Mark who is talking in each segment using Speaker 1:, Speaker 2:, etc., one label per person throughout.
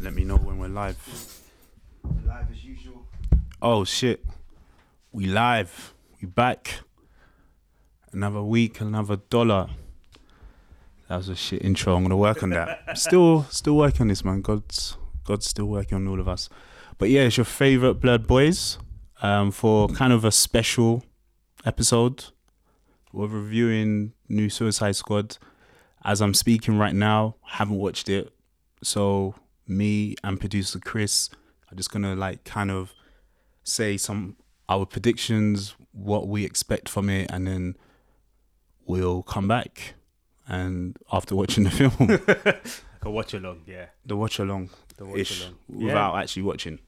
Speaker 1: Let me know when we're live.
Speaker 2: Live as usual.
Speaker 1: Oh shit. We live. We back. Another week, another dollar. That was a shit intro. I'm gonna work on that. still still working on this man. God's God's still working on all of us. But yeah, it's your favorite Blood Boys. Um for kind of a special episode. We're reviewing new Suicide Squad. As I'm speaking right now, haven't watched it. So me and producer Chris are just gonna like kind of say some our predictions, what we expect from it, and then we'll come back and after watching the film,
Speaker 3: A watch along, yeah.
Speaker 1: the watch along
Speaker 3: The watch
Speaker 1: ish
Speaker 3: along.
Speaker 1: without actually watching.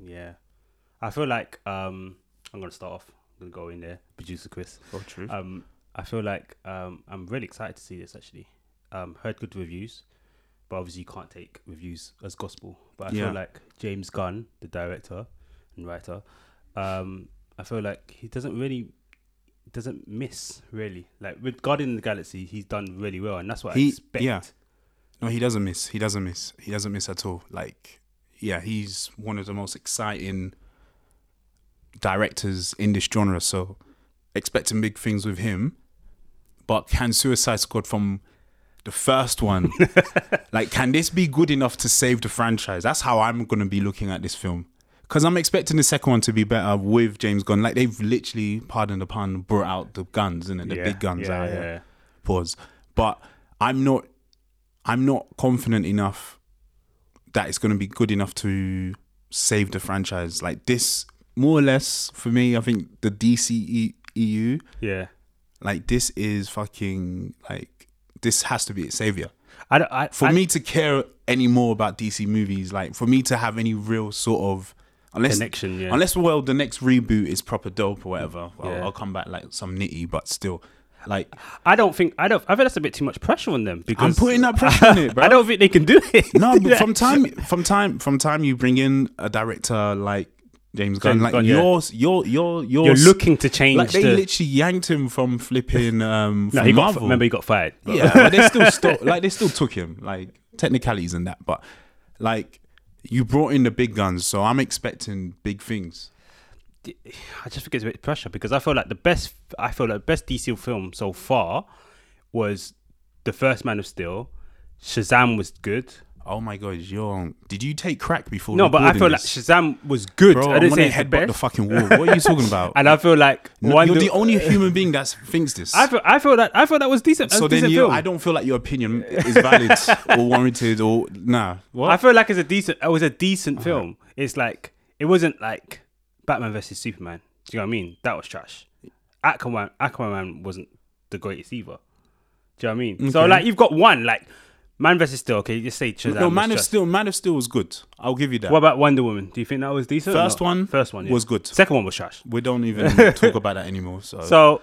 Speaker 3: Yeah. yeah. I feel like um I'm gonna start off. I'm gonna go in there, producer Chris.
Speaker 1: Oh, true.
Speaker 3: Um I feel like um I'm really excited to see this actually. Um heard good reviews, but obviously you can't take reviews as gospel. But I
Speaker 1: Yeah.
Speaker 3: feel like James Gunn, the director and writer, um, I feel like he doesn't really doesn't miss really. Like with Guardian of the Galaxy, he's done really well and that's what I
Speaker 1: He-
Speaker 3: expect.
Speaker 1: yeah. No, he doesn't miss. He doesn't miss. He doesn't miss at all. Like, yeah, he's one of the most exciting directors in this genre. So, expecting big things with him. But can Suicide Squad from the first one, like, can this be good enough to save the franchise? That's how I'm going to be looking at this film. Because I'm expecting the second one to be better with James Gunn. Like, they've literally, pardon the pun, brought out the guns, innit? The
Speaker 3: Yeah,
Speaker 1: big guns
Speaker 3: yeah,
Speaker 1: out here
Speaker 3: yeah.
Speaker 1: pause. But I'm not I'm not confident enough that it's gonna be good enough to save the franchise. Like this more or less for me, I think the DC EU,
Speaker 3: Yeah.
Speaker 1: E like this is fucking like this has to be its savior.
Speaker 3: I, don't- I
Speaker 1: For
Speaker 3: I-
Speaker 1: me to care any more about DC movies, like for me to have any real sort of unless
Speaker 3: Connection, yeah.
Speaker 1: unless well the next reboot is proper dope or whatever. I'll,
Speaker 3: Yeah.
Speaker 1: I'll come back like some nitty, but still, like
Speaker 3: I don't think I don't. I think that's a bit too much pressure on them because
Speaker 1: I'm putting that pressure on it, bro.
Speaker 3: I don't think they can do it.
Speaker 1: No, but from time from time from time you bring in a director like James Gunn,
Speaker 3: James
Speaker 1: like
Speaker 3: Gunn, yeah.
Speaker 1: yours, your your your
Speaker 3: You're looking to change.
Speaker 1: like they
Speaker 3: the,
Speaker 1: literally yanked him from flipping um from
Speaker 3: no, he got,
Speaker 1: Marvel.
Speaker 3: remember he got fired. But-
Speaker 1: yeah, but they still stole, like they still took him like technicalities and that, but like you brought in the big guns, so I'm expecting big things.
Speaker 3: I just think it's a bit of pressure because I feel like the best. I feel like the best DC film so far was the first Man of Steel. Shazam was good.
Speaker 1: Oh my god, you're on. Did you take crack before?
Speaker 3: No, but I
Speaker 1: recording
Speaker 3: feel like
Speaker 1: this?
Speaker 3: Shazam was good.
Speaker 1: bro,
Speaker 3: I
Speaker 1: I'm
Speaker 3: didn't
Speaker 1: gonna
Speaker 3: say it's the
Speaker 1: headbutt the,
Speaker 3: best.
Speaker 1: fucking wall. What are you talking about?
Speaker 3: and I feel like
Speaker 1: No,
Speaker 3: one.
Speaker 1: you're the
Speaker 3: the,
Speaker 1: only human being that thinks this.
Speaker 3: I feel. I feel that. I feel that was decent.
Speaker 1: So
Speaker 3: a
Speaker 1: then
Speaker 3: decent
Speaker 1: you,
Speaker 3: film.
Speaker 1: I don't feel like your opinion is valid or warranted or nah. What?
Speaker 3: I feel like it's a decent. It was a decent film. It's like it wasn't like Batman versus Superman. Do you know what I mean? That was trash. Aquaman, Aquaman wasn't the greatest either. Do you know what I mean? So
Speaker 1: Okay.
Speaker 3: like you've got one like Man versus Steel. Okay, just say Shazam.
Speaker 1: no, Man
Speaker 3: was
Speaker 1: of
Speaker 3: trash.
Speaker 1: Steel. Man of Steel was good. I'll give you that.
Speaker 3: What about Wonder Woman? Do you think that was decent? or
Speaker 1: First
Speaker 3: not?
Speaker 1: one
Speaker 3: First one yeah.
Speaker 1: was good.
Speaker 3: Second one was trash.
Speaker 1: we don't even talk about that anymore. So,
Speaker 3: So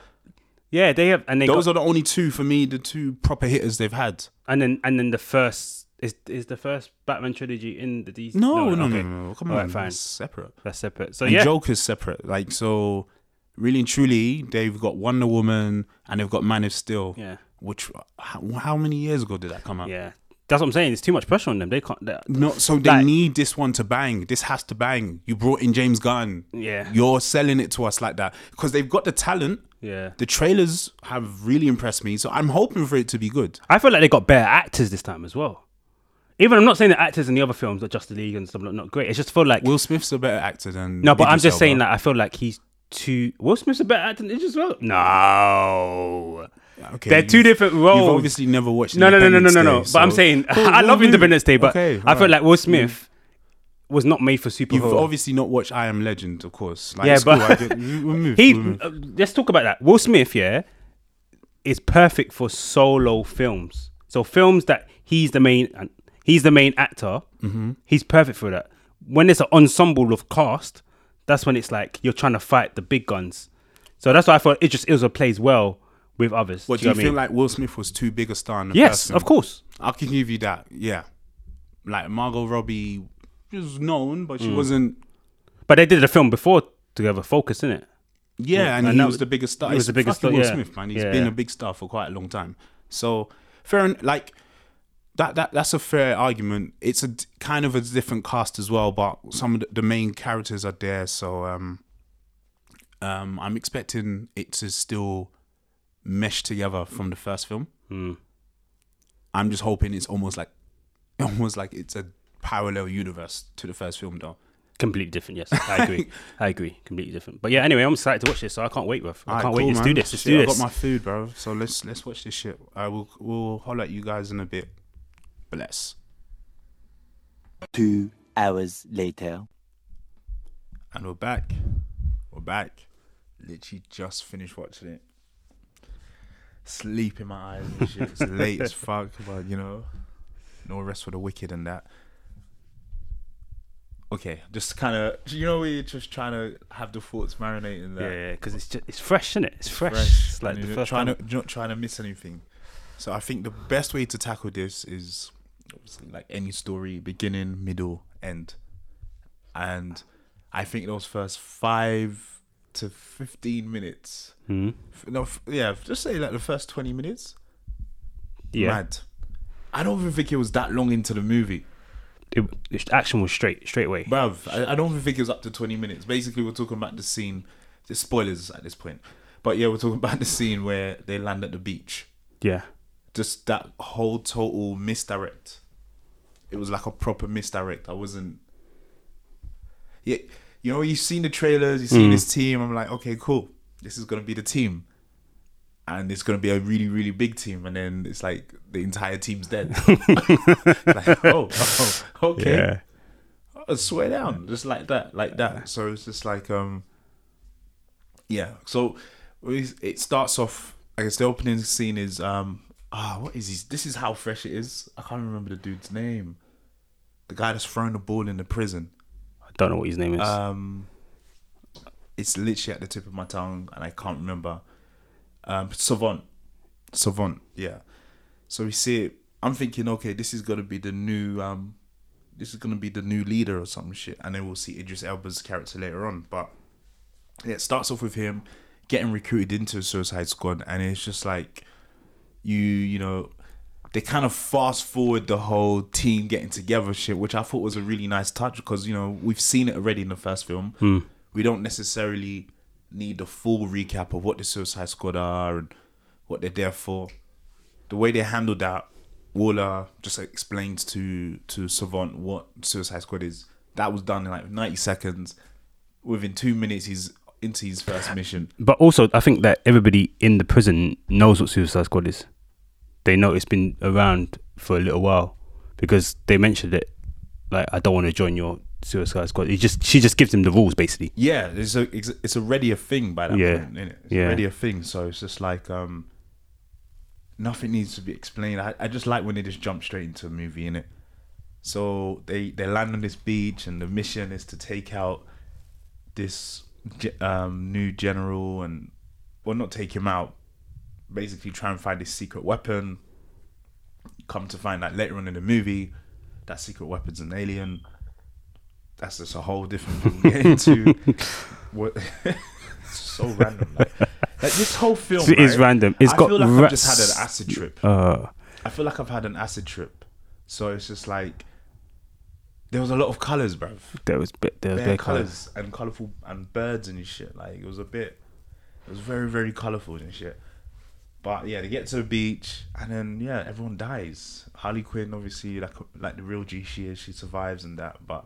Speaker 3: yeah, they have and they
Speaker 1: those
Speaker 3: got,
Speaker 1: are the only two for me, the two proper hitters they've had.
Speaker 3: and then and then the first is is the first Batman trilogy in the DC.
Speaker 1: No, no, no,
Speaker 3: okay.
Speaker 1: no, no. Come on,
Speaker 3: Alright, fine.
Speaker 1: that's separate.
Speaker 3: That's separate. So
Speaker 1: And
Speaker 3: yeah,
Speaker 1: Joker's separate. Like so, really and truly, they've got Wonder Woman and they've got Man of Steel.
Speaker 3: yeah.
Speaker 1: Which how, how many years ago did that come out?
Speaker 3: Yeah, that's what I'm saying. It's too much pressure on them. They can't. They,
Speaker 1: No, so they
Speaker 3: Like-
Speaker 1: need this one to bang. This has to bang. You brought in James Gunn.
Speaker 3: Yeah.
Speaker 1: You're selling it to us like that because they've got the talent.
Speaker 3: yeah,
Speaker 1: The trailers have really impressed me, so I'm hoping for it to be good.
Speaker 3: I feel like they got better actors this time as well. Even I'm not saying the actors in the other films, like Justice League and stuff, not not great. It's just feel like
Speaker 1: Will Smith's a better actor than
Speaker 3: no, but I'm
Speaker 1: Idris
Speaker 3: just saying
Speaker 1: Elba.
Speaker 3: that I feel like he's too. Will Smith's a better actor than Idris Elba. No,
Speaker 1: Okay,
Speaker 3: they're two
Speaker 1: you've-
Speaker 3: different roles.
Speaker 1: You've obviously never watched.
Speaker 3: no, no, no, no, no,
Speaker 1: Independence
Speaker 3: no, no.
Speaker 1: Day,
Speaker 3: But
Speaker 1: so-
Speaker 3: I'm saying
Speaker 1: Cool,
Speaker 3: I
Speaker 1: cool
Speaker 3: love
Speaker 1: movie.
Speaker 3: Independence Day, but
Speaker 1: Okay,
Speaker 3: I feel
Speaker 1: alright. Mm.
Speaker 3: like Will Smith was not made for
Speaker 1: You've
Speaker 3: superhero.
Speaker 1: obviously not watched I Am Legend, of course. Like,
Speaker 3: Yeah,
Speaker 1: it's cool,
Speaker 3: but-
Speaker 1: I get- we- we'll move,
Speaker 3: He
Speaker 1: we'll move.
Speaker 3: uh, let's talk about that. Will Smith, yeah, is perfect for solo films. So films that he's the main and he's the main actor.
Speaker 1: Mm-hmm.
Speaker 3: He's perfect for that. When it's an ensemble of cast, that's when it's like you're trying to fight the big guns. So that's why I thought Idris Ilza plays well with others.
Speaker 1: What do you
Speaker 3: know what I
Speaker 1: feel
Speaker 3: mean?
Speaker 1: like? Will Smith was too big a star. In the
Speaker 3: Yes,
Speaker 1: person?
Speaker 3: of course.
Speaker 1: I can give you that. Yeah, like Margot Robbie was known, but she wasn't.
Speaker 3: But they did a film before together, Focus, innit?
Speaker 1: Yeah, and,
Speaker 3: and
Speaker 1: he
Speaker 3: that-
Speaker 1: was the biggest star.
Speaker 3: he was
Speaker 1: It's
Speaker 3: the biggest
Speaker 1: fucking
Speaker 3: star,
Speaker 1: Will
Speaker 3: yeah.
Speaker 1: Smith, man. He's
Speaker 3: Yeah,
Speaker 1: been
Speaker 3: yeah.
Speaker 1: a big star for quite a long time. So fair and like that that that's a fair argument. It's a d- kind of a different cast as well, but some of the- the main characters are there, so um, um, I'm expecting it to still mesh together from the first film.
Speaker 3: Hmm.
Speaker 1: I'm just hoping it's almost like almost like it's a parallel universe to the first film, though.
Speaker 3: Completely different, yes. I agree. I agree. Completely different. But yeah, anyway, I'm excited to watch this, so I can't wait, bruv. I
Speaker 1: Alright,
Speaker 3: can't wait.
Speaker 1: cool,
Speaker 3: Let's
Speaker 1: man.
Speaker 3: do this. Let's
Speaker 1: Shit,
Speaker 3: do
Speaker 1: I got
Speaker 3: this.
Speaker 1: my food, bro. So let's let's watch this shit. I will we'll holler at you guys in a bit. Bless.
Speaker 4: Two hours later.
Speaker 1: And we're back. We're back. Literally just finished watching it. Sleep in my eyes and shit. It's late as fuck, but you know, no rest for the wicked and that. Okay, just kind of, you know, we're just trying to have the thoughts marinate in
Speaker 3: Yeah,
Speaker 1: that.
Speaker 3: yeah, because it's just it's fresh, isn't it? It's fresh. It's like
Speaker 1: and
Speaker 3: the
Speaker 1: you're
Speaker 3: first
Speaker 1: trying
Speaker 3: time.
Speaker 1: to, you're not trying to miss anything. So I think the best way to tackle this is obviously like any story, beginning, middle, end. And I think those first five to fifteen minutes, f- no, f- yeah, just say like the first twenty minutes.
Speaker 3: yeah,
Speaker 1: Mad. I don't even think it was that long into the movie,
Speaker 3: It, it's- action was straight straight away.
Speaker 1: bruv. I, I don't even think it was up to twenty minutes. Basically, we're talking about the scene. The spoilers at this point, but yeah, we're talking about the scene where they land at the beach.
Speaker 3: yeah,
Speaker 1: just that whole total misdirect. It was like a proper misdirect. I wasn't. Yeah, you know, you've seen the trailers, you've seen this team. I'm like, okay, cool. This is gonna be the team, and it's gonna be a really, really big team. And then it's like the entire team's dead. like, oh, oh, okay.
Speaker 3: yeah.
Speaker 1: I swear down, just like that, like that. So it's just like, um, yeah. So we- it starts off. I guess the opening scene is, um, ah, what is this? This is how fresh it is. I can't remember the dude's name. The guy that's throwing the ball in the prison.
Speaker 3: I don't know what his name is.
Speaker 1: Um, it's literally at the tip of my tongue, and I can't remember. Um, Savant, Savant, yeah. So we see it. I'm thinking, okay, this is gonna be the new, um, this is gonna be the new leader or some shit, and then we'll see Idris Elba's character later on. But yeah, it starts off with him getting recruited into a Suicide Squad, and it's just like you, you know. They kind of fast forward the whole team getting together shit, which I thought was a really nice touch because you know we've seen it already in the first film. We don't necessarily need the full recap of what the Suicide Squad are and what they're there for. The way they handled that, Waller just explains to to Savant what Suicide Squad is. That was done in like ninety seconds. Within two minutes, he's into his first mission.
Speaker 3: but also, I think that everybody in the prison knows what Suicide Squad is. They know it's been around for a little while because they mentioned it. Like, I don't want to join your Suicide Squad. It just she just gives him the rules basically.
Speaker 1: Yeah, it's a, it's it's already a thing by that
Speaker 3: Yeah.
Speaker 1: point, is it? It's
Speaker 3: Yeah.
Speaker 1: already a thing. So it's just like um, nothing needs to be explained. I, I just like when they just jump straight into a movie, innit? So they they land on this beach, and the mission is to take out this ge- um, new general, and well, not take him out. Basically, try and find his secret weapon. Come to find out later on in the movie, that secret weapon's an alien. That's just a whole different thing to get into. what? it's so random. Like, like, this whole film
Speaker 3: It is
Speaker 1: right?
Speaker 3: random. It's
Speaker 1: I
Speaker 3: got
Speaker 1: feel like
Speaker 3: ra-
Speaker 1: I've just had an acid trip.
Speaker 3: Uh,
Speaker 1: I feel like I've had an acid trip. So it's just like there was a lot of colors, bruv.
Speaker 3: there was bit there was
Speaker 1: Bare
Speaker 3: their
Speaker 1: colors
Speaker 3: colors.
Speaker 1: and colorful and birds and shit. Like it was a bit. It was very very colorful and shit. But yeah, they get to the beach and then yeah, everyone dies. Harley Quinn obviously like like the real G she is. She survives and that. But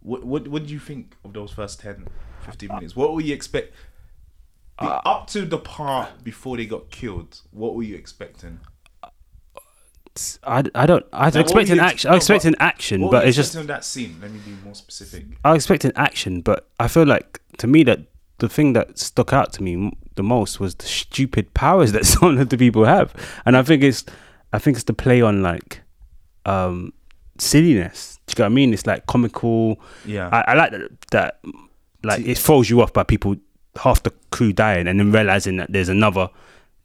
Speaker 1: what what what do you think of those first 10, 15 minutes? What were you expect? the- up to the part before they got killed, what were you expecting?
Speaker 3: I, I don't. I was
Speaker 1: Now, what were
Speaker 3: expecting
Speaker 1: you ex-
Speaker 3: action. I was
Speaker 1: no,
Speaker 3: expecting action,
Speaker 1: what
Speaker 3: but
Speaker 1: were you
Speaker 3: it's just
Speaker 1: expecting of that scene. Let me be more specific.
Speaker 3: I was expecting action, but I feel like to me that the thing that stuck out to me m- the most was the stupid powers that some of the people have, and I think it's, I think it's the play on like, um, silliness. Do you get what I mean? It's like comical.
Speaker 1: Yeah.
Speaker 3: I, I like that. That like it throws you off by people half the crew dying and then realizing that there's another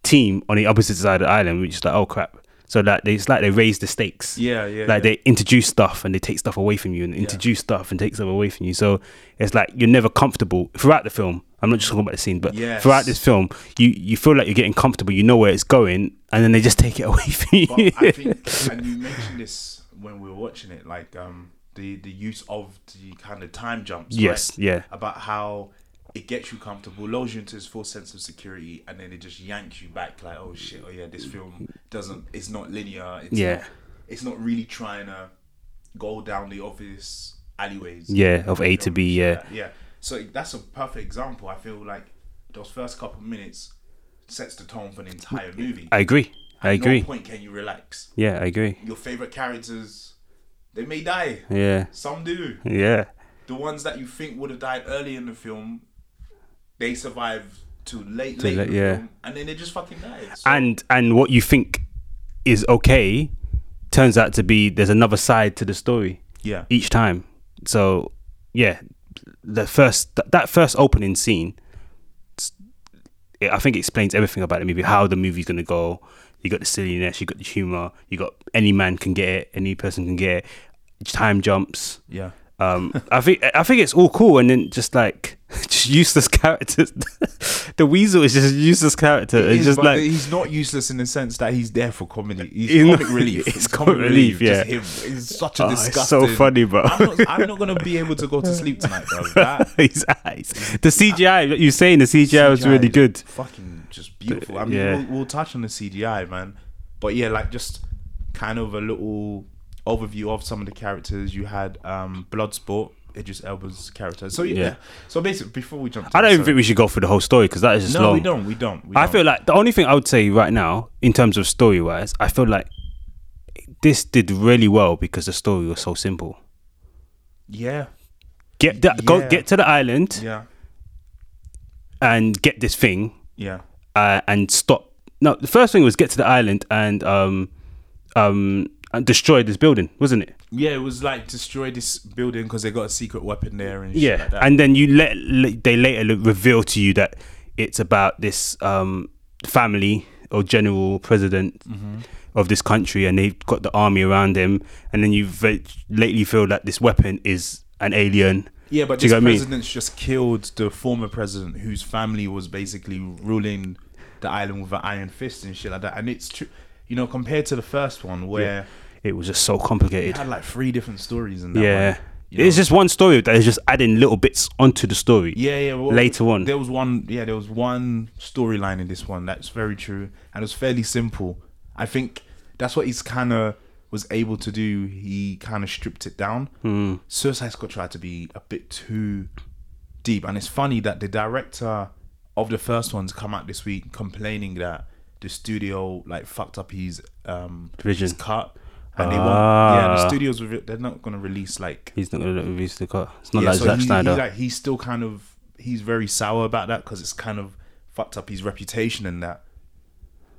Speaker 3: team on the opposite side of the island, which is like oh crap. So that they, it's like they raise the stakes.
Speaker 1: Yeah, yeah,
Speaker 3: Like
Speaker 1: yeah.
Speaker 3: they introduce stuff and they take stuff away from you and introduce stuff and take stuff away from you. So it's like you're never comfortable throughout the film. I'm not just talking about the scene, but
Speaker 1: Yes.
Speaker 3: throughout this film, you you feel like you're getting comfortable. You know where it's going, and then they just take it away from you.
Speaker 5: But I think, and you mentioned this when we were watching it, like um, the the use of the kind of time jumps.
Speaker 3: Yes,
Speaker 5: right?
Speaker 3: yeah.
Speaker 5: About how it gets you comfortable, lulls you into this false sense of security, and then it just yanks you back. Like, oh shit, oh yeah, this film doesn't. It's not linear. It's
Speaker 3: Yeah.
Speaker 5: Not, it's not really trying to go down the obvious alleyways.
Speaker 3: Yeah, of A to B, yeah.
Speaker 5: Yeah. So that's a perfect example. I feel like those first couple minutes sets the tone for the entire movie.
Speaker 3: I agree. I
Speaker 5: At
Speaker 3: agree.
Speaker 5: no point can you relax
Speaker 3: Yeah, I agree.
Speaker 5: your favorite characters they may die
Speaker 3: Yeah,
Speaker 5: some do
Speaker 3: yeah,
Speaker 5: the ones that you think would have died early in the film they survive to late
Speaker 3: Too
Speaker 5: late in
Speaker 3: late,
Speaker 5: the
Speaker 3: yeah.
Speaker 5: film, and then they just fucking die So-
Speaker 3: and and what you think is okay turns out to be there's another side to the story.
Speaker 5: yeah
Speaker 3: each time. So yeah, the first th- that first opening scene, s- it, I think explains everything about the movie, how the movie's gonna go. You got the silliness, you got the humor, you got any man can get it, any person can get it. Time jumps.
Speaker 5: yeah
Speaker 3: Um, I think I think it's all cool, and then just like just useless characters. the weasel is just a useless character.
Speaker 5: He
Speaker 3: it's
Speaker 5: is,
Speaker 3: just
Speaker 5: but
Speaker 3: like
Speaker 5: he's not useless in the sense that he's there for comedy. He's,
Speaker 3: He's
Speaker 5: comic
Speaker 3: not-
Speaker 5: relief.
Speaker 3: he's
Speaker 5: It's
Speaker 3: comic relief,
Speaker 5: just
Speaker 3: yeah.
Speaker 5: him. He's such a
Speaker 3: Oh, it's so
Speaker 5: disgusting.
Speaker 3: funny, bro.
Speaker 5: I'm not, I'm not gonna be able to go to sleep tonight, bro. That
Speaker 3: his eyes. The CGI, what you're saying, the CGI was really
Speaker 5: is
Speaker 3: good.
Speaker 5: Fucking just beautiful. I mean,
Speaker 3: Yeah.
Speaker 5: we'll, we'll touch on the CGI, man. But yeah, like just kind of a little overview of some of the characters. You had um Bloodsport, Idris Elba's character. So yeah.
Speaker 3: Yeah.
Speaker 5: So basically, before we jump, to
Speaker 3: I don't
Speaker 5: it,
Speaker 3: even
Speaker 5: so-
Speaker 3: think we should go through the whole story because that is just
Speaker 5: No,
Speaker 3: long.
Speaker 5: we don't. We don't. We
Speaker 3: I
Speaker 5: don't.
Speaker 3: feel like the only thing I would say right now, in terms of story wise, I feel like this did really well because the story was so simple.
Speaker 5: yeah,
Speaker 3: Get that, go
Speaker 5: Yeah.
Speaker 3: get to the island
Speaker 5: yeah,
Speaker 3: and get this thing
Speaker 5: yeah,
Speaker 3: uh, and stop. No, the first thing was get to the island and um um and destroy this building, wasn't it?
Speaker 5: yeah. It was like destroy this building because they got a secret weapon there and shit
Speaker 3: Yeah,
Speaker 5: like that.
Speaker 3: and then you let le- they later l- reveal to you that it's about this um, family or general president
Speaker 5: Mm-hmm.
Speaker 3: of this country, and they've got the army around him, and then you ve- lately feel that this weapon is an alien.
Speaker 5: Yeah, but
Speaker 3: Do you
Speaker 5: this
Speaker 3: get what I mean?
Speaker 5: president's just killed the former president whose family was basically ruling the island with an iron fist and shit like that. And it's true, you know, compared to the first one where
Speaker 3: It was just so
Speaker 5: it
Speaker 3: complicated.
Speaker 5: had like three different stories in that
Speaker 3: Yeah,
Speaker 5: one, you
Speaker 3: it's
Speaker 5: know?
Speaker 3: just one story that is just adding little bits onto the story.
Speaker 5: yeah, yeah. well,
Speaker 3: later on.
Speaker 5: there was one, yeah, there was one storyline in this one that's very true and it was fairly simple. I think that's what he's kind of was able to do. He kind of stripped it down.
Speaker 3: Hmm.
Speaker 5: Suicide Squad tried to be a bit too deep, and it's funny that the director of the first one's come out this week complaining that the studio like fucked up his um
Speaker 3: Vision. Ah.
Speaker 5: his cut. And they won't, yeah, the studios, re- they're not going to release like
Speaker 3: He's not going to release the cut. It's not
Speaker 5: yeah,
Speaker 3: like
Speaker 5: so
Speaker 3: Zack
Speaker 5: he- he,
Speaker 3: Snyder.
Speaker 5: like, he's still kind of he's very sour about that because it's kind of fucked up his reputation and that.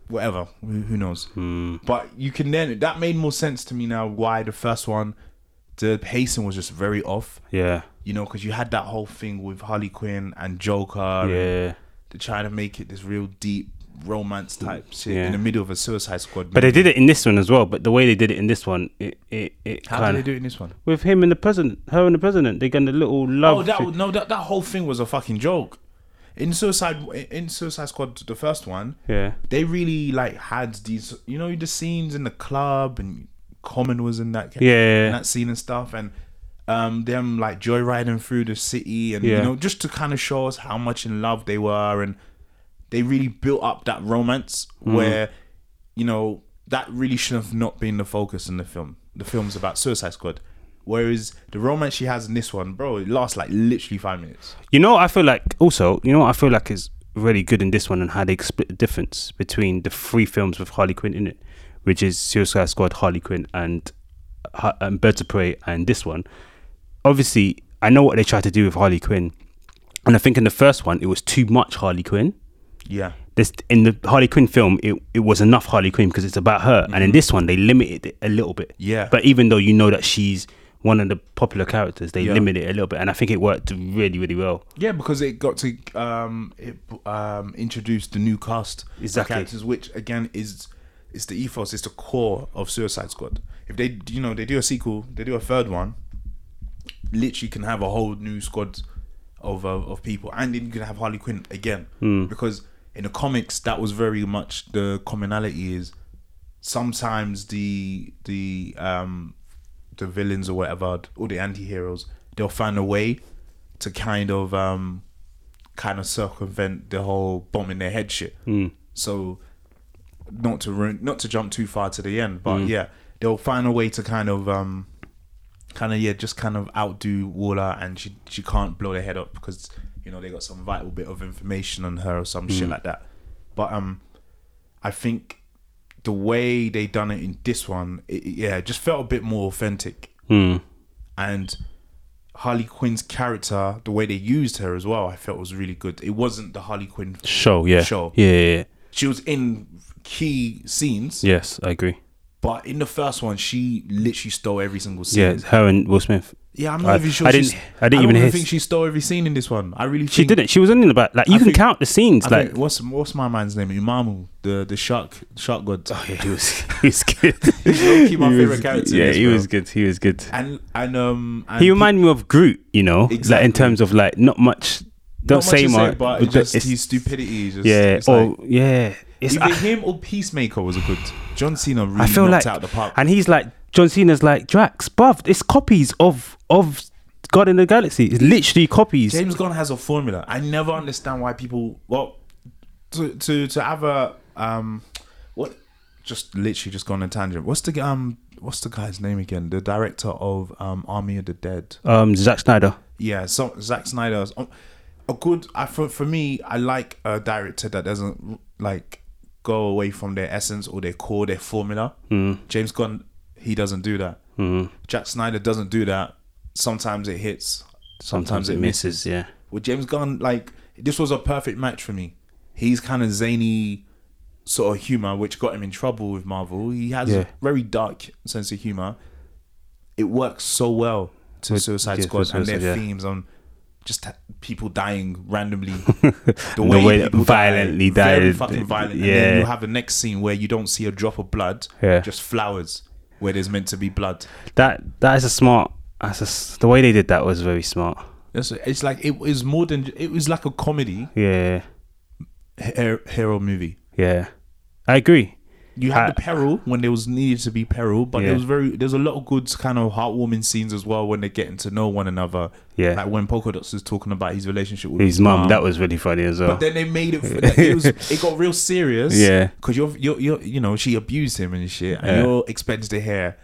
Speaker 5: Whatever, who who knows? But you can then that made more sense to me now. Why the first one, the pacing was just very off.
Speaker 3: yeah,
Speaker 5: You know, because you had that whole thing with Harley Quinn and Joker. and
Speaker 3: yeah.
Speaker 5: they're trying to make it this real deep romance type shit
Speaker 3: Mm. Yeah.
Speaker 5: in the middle of a Suicide Squad.
Speaker 3: But they did it in this one as well. But the way they did it in this one, it it, it
Speaker 5: How
Speaker 3: kind
Speaker 5: did
Speaker 3: of
Speaker 5: they do it in this one?
Speaker 3: with him and the president, her and the president. They got a little love.
Speaker 5: Oh, that
Speaker 3: thing.
Speaker 5: was, no, that, that whole thing was a fucking joke. In Suicide in Suicide Squad, the first one,
Speaker 3: yeah,
Speaker 5: they really like had these, you know, the scenes in the club and Common was in that,
Speaker 3: Yeah.
Speaker 5: in that scene and stuff, and um, them like joyriding through the city and
Speaker 3: Yeah.
Speaker 5: you know just to kind of show us how much in love they were and they really built up that romance
Speaker 3: Mm.
Speaker 5: where you know that really should have not been the focus in the film. The film's about Suicide Squad. Whereas the romance she has in this one, bro, it lasts like literally five minutes.
Speaker 3: you know, I feel like also, you know, what I feel like is really good in this one and how they split the difference between the three films with Harley Quinn in it, which is Suicide Squad, Harley Quinn, and, Ha- and Birds of Prey, and this one. Obviously, I know what they tried to do with Harley Quinn, and I think in the first one it was too much Harley Quinn.
Speaker 5: Yeah.
Speaker 3: this in the Harley Quinn film, it, it was enough Harley Quinn because it's about her, and in this one they limited it a little bit.
Speaker 5: Mm-hmm. Yeah.
Speaker 3: But even though you know that she's one of the popular characters, they
Speaker 5: Yeah.
Speaker 3: limit it a little bit, and I think it worked really, really well.
Speaker 5: Yeah, because it got to um, it um, introduced the new cast of
Speaker 3: Exactly.
Speaker 5: characters, which again is it's the ethos, it's the core of Suicide Squad. If they, you know, they do a sequel, they do a third one, literally can have a whole new squad of uh, of people, and then you can have Harley Quinn again because in the comics that was very much the commonality is sometimes the the um the villains or whatever or the anti-heroes they'll find a way to kind of um kind of circumvent the whole bombing their head shit so not to ruin, not to jump too far to the end, but yeah, they'll find a way to kind of, um, kind of yeah, just kind of outdo Waller, and she she can't blow their head up because you know they got some vital bit of information on her or some
Speaker 3: Mm.
Speaker 5: shit like that. But um, I think the way they done it in this one, it, it- yeah, it just felt a bit more authentic,
Speaker 3: Hmm.
Speaker 5: and. Harley Quinn's character, the way they used her as well, I felt was really good. It wasn't the Harley Quinn
Speaker 3: Show, yeah.
Speaker 5: Show.
Speaker 3: Yeah, yeah, yeah.
Speaker 5: She was in key scenes,
Speaker 3: Yes, I agree.
Speaker 5: but in the first one, she literally stole every single scene.
Speaker 3: Yeah, it's her and Will Smith.
Speaker 5: Yeah, I'm not
Speaker 3: I-
Speaker 5: even sure.
Speaker 3: I didn't-
Speaker 5: she's-
Speaker 3: I didn't
Speaker 5: I
Speaker 3: even
Speaker 5: don't
Speaker 3: hear-
Speaker 5: think she stole every scene in this one. I really.
Speaker 3: She
Speaker 5: think,
Speaker 3: didn't. She was only in the back. Like you
Speaker 5: I
Speaker 3: can
Speaker 5: think-
Speaker 3: count the scenes.
Speaker 5: I
Speaker 3: like
Speaker 5: think, what's what's my man's name? Umamu, the the shark shark god. Oh yeah, he was.
Speaker 3: he's good.
Speaker 5: low-key my
Speaker 3: He was-
Speaker 5: favourite character in
Speaker 3: Yeah,
Speaker 5: this,
Speaker 3: he
Speaker 5: bro.
Speaker 3: was good. He was good.
Speaker 5: And and um. And
Speaker 3: he reminded me of Groot. You know, like in
Speaker 5: Exactly.
Speaker 3: terms of like not much.
Speaker 5: not
Speaker 3: Don't
Speaker 5: much
Speaker 3: say
Speaker 5: to
Speaker 3: much.
Speaker 5: but it's just his stupidity. Is just,
Speaker 3: yeah.
Speaker 5: it's
Speaker 3: Oh
Speaker 5: like-
Speaker 3: yeah. It's
Speaker 5: either him or Peacemaker was a good. John Cena really
Speaker 3: I feel
Speaker 5: knocked
Speaker 3: like,
Speaker 5: out the park.
Speaker 3: and he's like John Cena's like Drax, bruv. It's copies of of God in the Galaxy. It's literally copies.
Speaker 5: James Gunn has a formula. I never understand why people well to to to have a um what just literally just gone on a tangent. What's the um what's the guy's name again? The director of um Army of the Dead.
Speaker 3: Um, Zack Snyder.
Speaker 5: Yeah, so Zack Snyder's um, a good I for, for me I like a director that doesn't like go away from their essence or their core, their formula. James Gunn he doesn't do that. Jack Snyder doesn't do that. Sometimes it hits, sometimes, it misses
Speaker 3: Yeah.
Speaker 5: with James Gunn, like this was a perfect match for me. He's kind of zany sort of humor, which got him in trouble with Marvel. He has
Speaker 3: Yeah.
Speaker 5: a very dark sense of humor. It works so well to Suicide
Speaker 3: yeah,
Speaker 5: Squad
Speaker 3: to
Speaker 5: and their
Speaker 3: Suicide, yeah.
Speaker 5: themes on just ha- people dying randomly,
Speaker 3: The way that
Speaker 5: people die,
Speaker 3: violently
Speaker 5: very
Speaker 3: died.
Speaker 5: fucking violent. And
Speaker 3: Yeah.
Speaker 5: then you have the next scene where you don't see a drop of blood,
Speaker 3: Yeah.
Speaker 5: just flowers where there's meant to be blood.
Speaker 3: That that is a smart. That's a s the way they did that was very smart.
Speaker 5: That's, it's like it was more than it was like a comedy
Speaker 3: Yeah.
Speaker 5: hero, hero movie.
Speaker 3: Yeah. I agree.
Speaker 5: You had
Speaker 3: I-
Speaker 5: the peril when there was needed to be peril, but
Speaker 3: Yeah.
Speaker 5: there was very there's a lot of good kind of heartwarming scenes as well when they're getting to know one another.
Speaker 3: Yeah.
Speaker 5: like when Polka Dots is talking about his relationship with
Speaker 3: His mum. That was really funny as well.
Speaker 5: But then they made it. Like, it, was, it got real serious.
Speaker 3: Yeah.
Speaker 5: because you're, you're you're you know she abused him and shit, and
Speaker 3: Yeah.
Speaker 5: you're expected to hear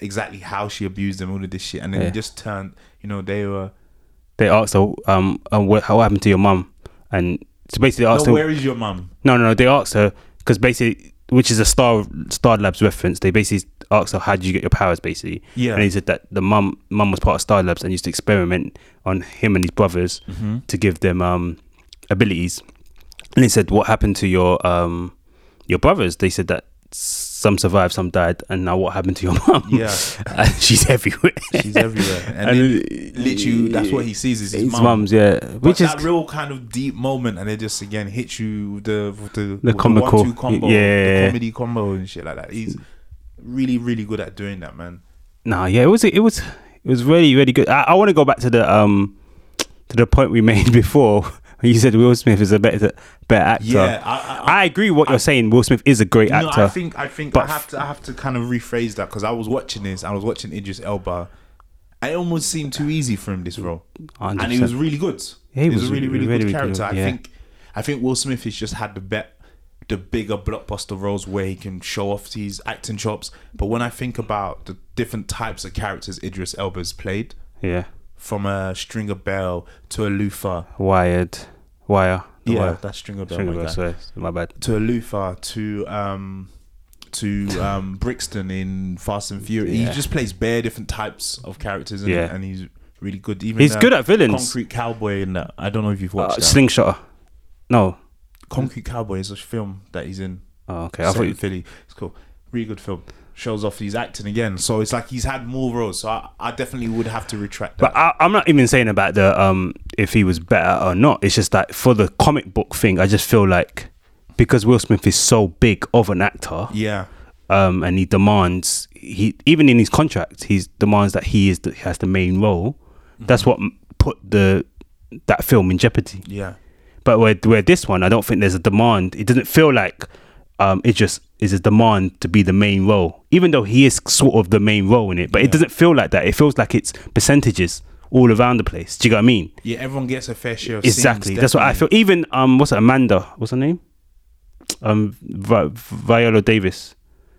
Speaker 5: exactly how she abused him, all of this shit, and then
Speaker 3: Yeah.
Speaker 5: it just turned. You know they were.
Speaker 3: they asked her, um, um what, how happened to your mum? And so basically they
Speaker 5: No,
Speaker 3: asked her,
Speaker 5: where is your mum?
Speaker 3: no, no, no, they asked her because basically, which is a Star Star Labs reference. They basically asked her, how did you get your powers? Basically,
Speaker 5: Yeah.
Speaker 3: And he said that the mum mum was part of Star Labs and used to experiment on him and his brothers
Speaker 5: Mm-hmm.
Speaker 3: to give them um abilities. And he said, what happened to your um your brothers? They said that. Some survived, some died, and now what happened to your mum?
Speaker 5: Yeah.
Speaker 3: and she's everywhere.
Speaker 5: She's everywhere, and, then literally that's what he sees is his,
Speaker 3: His
Speaker 5: mum.
Speaker 3: mum's, yeah,
Speaker 5: Which
Speaker 3: which
Speaker 5: but
Speaker 3: is
Speaker 5: is that real kind of deep moment, and it just again hits you with the with the, with
Speaker 3: comical.
Speaker 5: one-two combo,
Speaker 3: Yeah.
Speaker 5: the comedy combo and shit like that. He's really really good at doing that, man.
Speaker 3: Nah, yeah, it was it was it was really really good. I, I want to go back to the um to the point we made before. You said Will Smith is a better better actor.
Speaker 5: Yeah, I- I-
Speaker 3: I agree what you're saying. Will Smith is a great
Speaker 5: No,
Speaker 3: actor.
Speaker 5: I think I think
Speaker 3: But
Speaker 5: I have to I have to kind of rephrase that because I was watching this, I was watching Idris Elba. It almost seemed too easy for him this role,
Speaker 3: 100%.
Speaker 5: and he was really good.
Speaker 3: Yeah, he
Speaker 5: he, was,
Speaker 3: was
Speaker 5: a really really,
Speaker 3: really,
Speaker 5: good
Speaker 3: really
Speaker 5: character.
Speaker 3: good,
Speaker 5: I
Speaker 3: yeah.
Speaker 5: think I think Will Smith has just had the bet. The bigger blockbuster roles where he can show off his acting chops, but when I think about the different types of characters Idris Elba's played,
Speaker 3: yeah,
Speaker 5: from a stringer bell to a loofah.
Speaker 3: Wired, Wire, The Wire.
Speaker 5: that's stringer bell.
Speaker 3: Stringer
Speaker 5: Oh my
Speaker 3: Bell,
Speaker 5: guy.
Speaker 3: sorry, my bad.
Speaker 5: To a loofah to um to um Brixton in Fast and Furious.
Speaker 3: Yeah.
Speaker 5: He just plays bare different types of characters in
Speaker 3: Yeah.
Speaker 5: it, and he's really good. Even
Speaker 3: He's
Speaker 5: uh,
Speaker 3: good at villains.
Speaker 5: Concrete Cowboy in that. I don't know if you've
Speaker 3: Uh,
Speaker 5: watched that.
Speaker 3: Slingshotter. No.
Speaker 5: Concrete Cowboy is a film that he's in.
Speaker 3: Oh, okay.
Speaker 5: Yeah,
Speaker 3: I thought you,
Speaker 5: Philly. It's cool. Really good film. Shows off he's acting again. So it's like he's had more roles. So I, I definitely would have to retract that.
Speaker 3: But I, I'm not even saying about the um if he was better or not. It's just that for the comic book thing, I just feel like because Will Smith is so big of an actor,
Speaker 5: Yeah.
Speaker 3: um, and he demands he even in his contract he demands that he is the, has the main role. That's what m- put the that film in jeopardy.
Speaker 5: Yeah.
Speaker 3: But where where this one, I don't think there's a demand. It doesn't feel like um, it just is a demand to be the main role, even though he is sort of the main role in it. But it doesn't feel like that. It feels like it's percentages all around the place. Do you get what I mean?
Speaker 5: Yeah, everyone gets a fair share of scenes,
Speaker 3: Exactly. That's what I feel.
Speaker 5: definitely.
Speaker 3: Even um, what's it, Amanda? What's her name? Um, Vi- Viola Davis.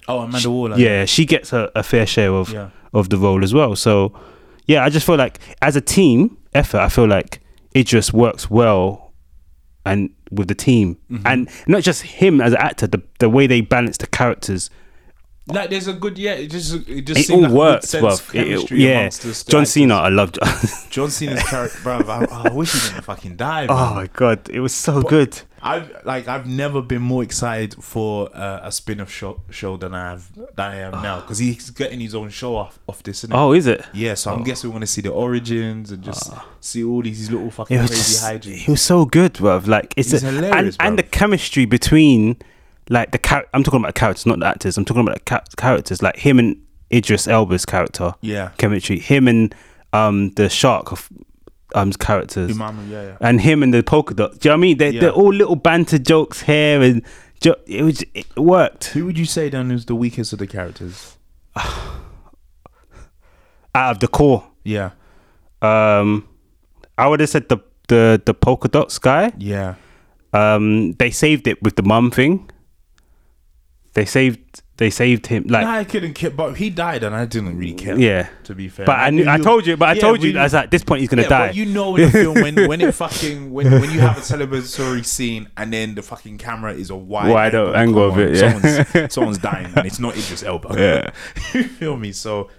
Speaker 5: Oh, Amanda Waller.
Speaker 3: Yeah, she gets a, a fair share of
Speaker 5: Yeah.
Speaker 3: of the role as well. So, yeah, I just feel like as a team effort, I feel like it just works well and with the team,
Speaker 5: Mm-hmm.
Speaker 3: and not just him as an actor. The the way they balance the characters,
Speaker 5: Like there's a good yeah, it just it just
Speaker 3: it
Speaker 5: seemed
Speaker 3: all
Speaker 5: like a good
Speaker 3: works,
Speaker 5: sense
Speaker 3: bruv.
Speaker 5: of
Speaker 3: It- it-
Speaker 5: chemistry
Speaker 3: yeah,
Speaker 5: amongst the
Speaker 3: John
Speaker 5: actors.
Speaker 3: Cena, I loved.
Speaker 5: John Cena's character, bruv. I, I wish he didn't fucking die. man.
Speaker 3: oh my god, it was so good.
Speaker 5: I've like I've never been more excited for uh, a spin-off show, show than I have than I am
Speaker 3: Uh.
Speaker 5: now because he's getting his own show off off this. Isn't it?
Speaker 3: Oh, is it?
Speaker 5: yeah. So I'm guessing we want to see the origins and just see all these little fucking
Speaker 3: It was
Speaker 5: crazy
Speaker 3: just,
Speaker 5: hygiene.
Speaker 3: he was so good, bruv. Like it's
Speaker 5: He's
Speaker 3: a-
Speaker 5: hilarious,
Speaker 3: and, and
Speaker 5: bruv.
Speaker 3: the chemistry between like the char- I'm talking about characters, not the actors. I'm talking about the ca- characters, like him and Idris Elba's character.
Speaker 5: Yeah.
Speaker 3: chemistry. Him and um the shark of um's characters,
Speaker 5: Umami, yeah, yeah.
Speaker 3: and him and the polka dot. Do you know what I mean? They're,
Speaker 5: Yeah.
Speaker 3: they're all little banter jokes here, and jo- it was it worked
Speaker 5: Who would you say then is the weakest of the characters?
Speaker 3: out of the core.
Speaker 5: Yeah,
Speaker 3: Um, I would have said the the the polka dots guy.
Speaker 5: yeah,
Speaker 3: Um, they saved it with the mum thing. They saved. They saved him. Like,
Speaker 5: nah, I couldn't care, but he died, and I didn't really care.
Speaker 3: yeah.
Speaker 5: to be fair,
Speaker 3: But I knew. I
Speaker 5: you-
Speaker 3: told you. But I
Speaker 5: Yeah,
Speaker 3: told you.
Speaker 5: we-
Speaker 3: I was like, at this point, he's gonna
Speaker 5: Yeah,
Speaker 3: die.
Speaker 5: but you know in the film when, when it fucking when, when you have a celebratory scene and then the fucking camera is a wide,
Speaker 3: Wide angle of
Speaker 5: come
Speaker 3: it, yeah.
Speaker 5: someone's, someone's dying and it's not Idris Elba.
Speaker 3: Yeah.
Speaker 5: you feel me? So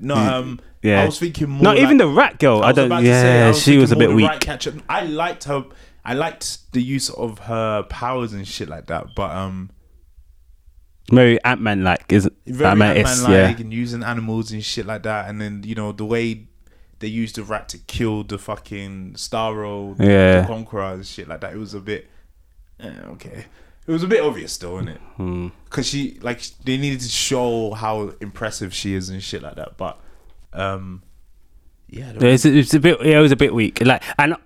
Speaker 5: no, um,
Speaker 3: Yeah.
Speaker 5: I was thinking more.
Speaker 3: no,
Speaker 5: like-
Speaker 3: even the rat girl. I,
Speaker 5: was about
Speaker 3: don't.
Speaker 5: to say, I
Speaker 3: Yeah, she
Speaker 5: thinking
Speaker 3: was a
Speaker 5: more
Speaker 3: bit
Speaker 5: the
Speaker 3: weak.
Speaker 5: right catch-up. I liked her. I liked the use of her powers and shit like that, but um,
Speaker 3: Very Ant Man like, isn't
Speaker 5: very
Speaker 3: Ant Man?
Speaker 5: Ant-Man
Speaker 3: is
Speaker 5: like
Speaker 3: yeah.
Speaker 5: and using animals and shit like that. And then you know the way they used the rat to kill the fucking Starro, the,
Speaker 3: Yeah.
Speaker 5: the Conqueror and shit like that. It was a bit eh, okay. It was a bit obvious though, wasn't it?
Speaker 3: Hmm.
Speaker 5: Because she like they needed to show how impressive she is and shit like that. But um, yeah. the-
Speaker 3: Yeah, It's, it's a bit. Yeah, it was a bit weak. Like, I know,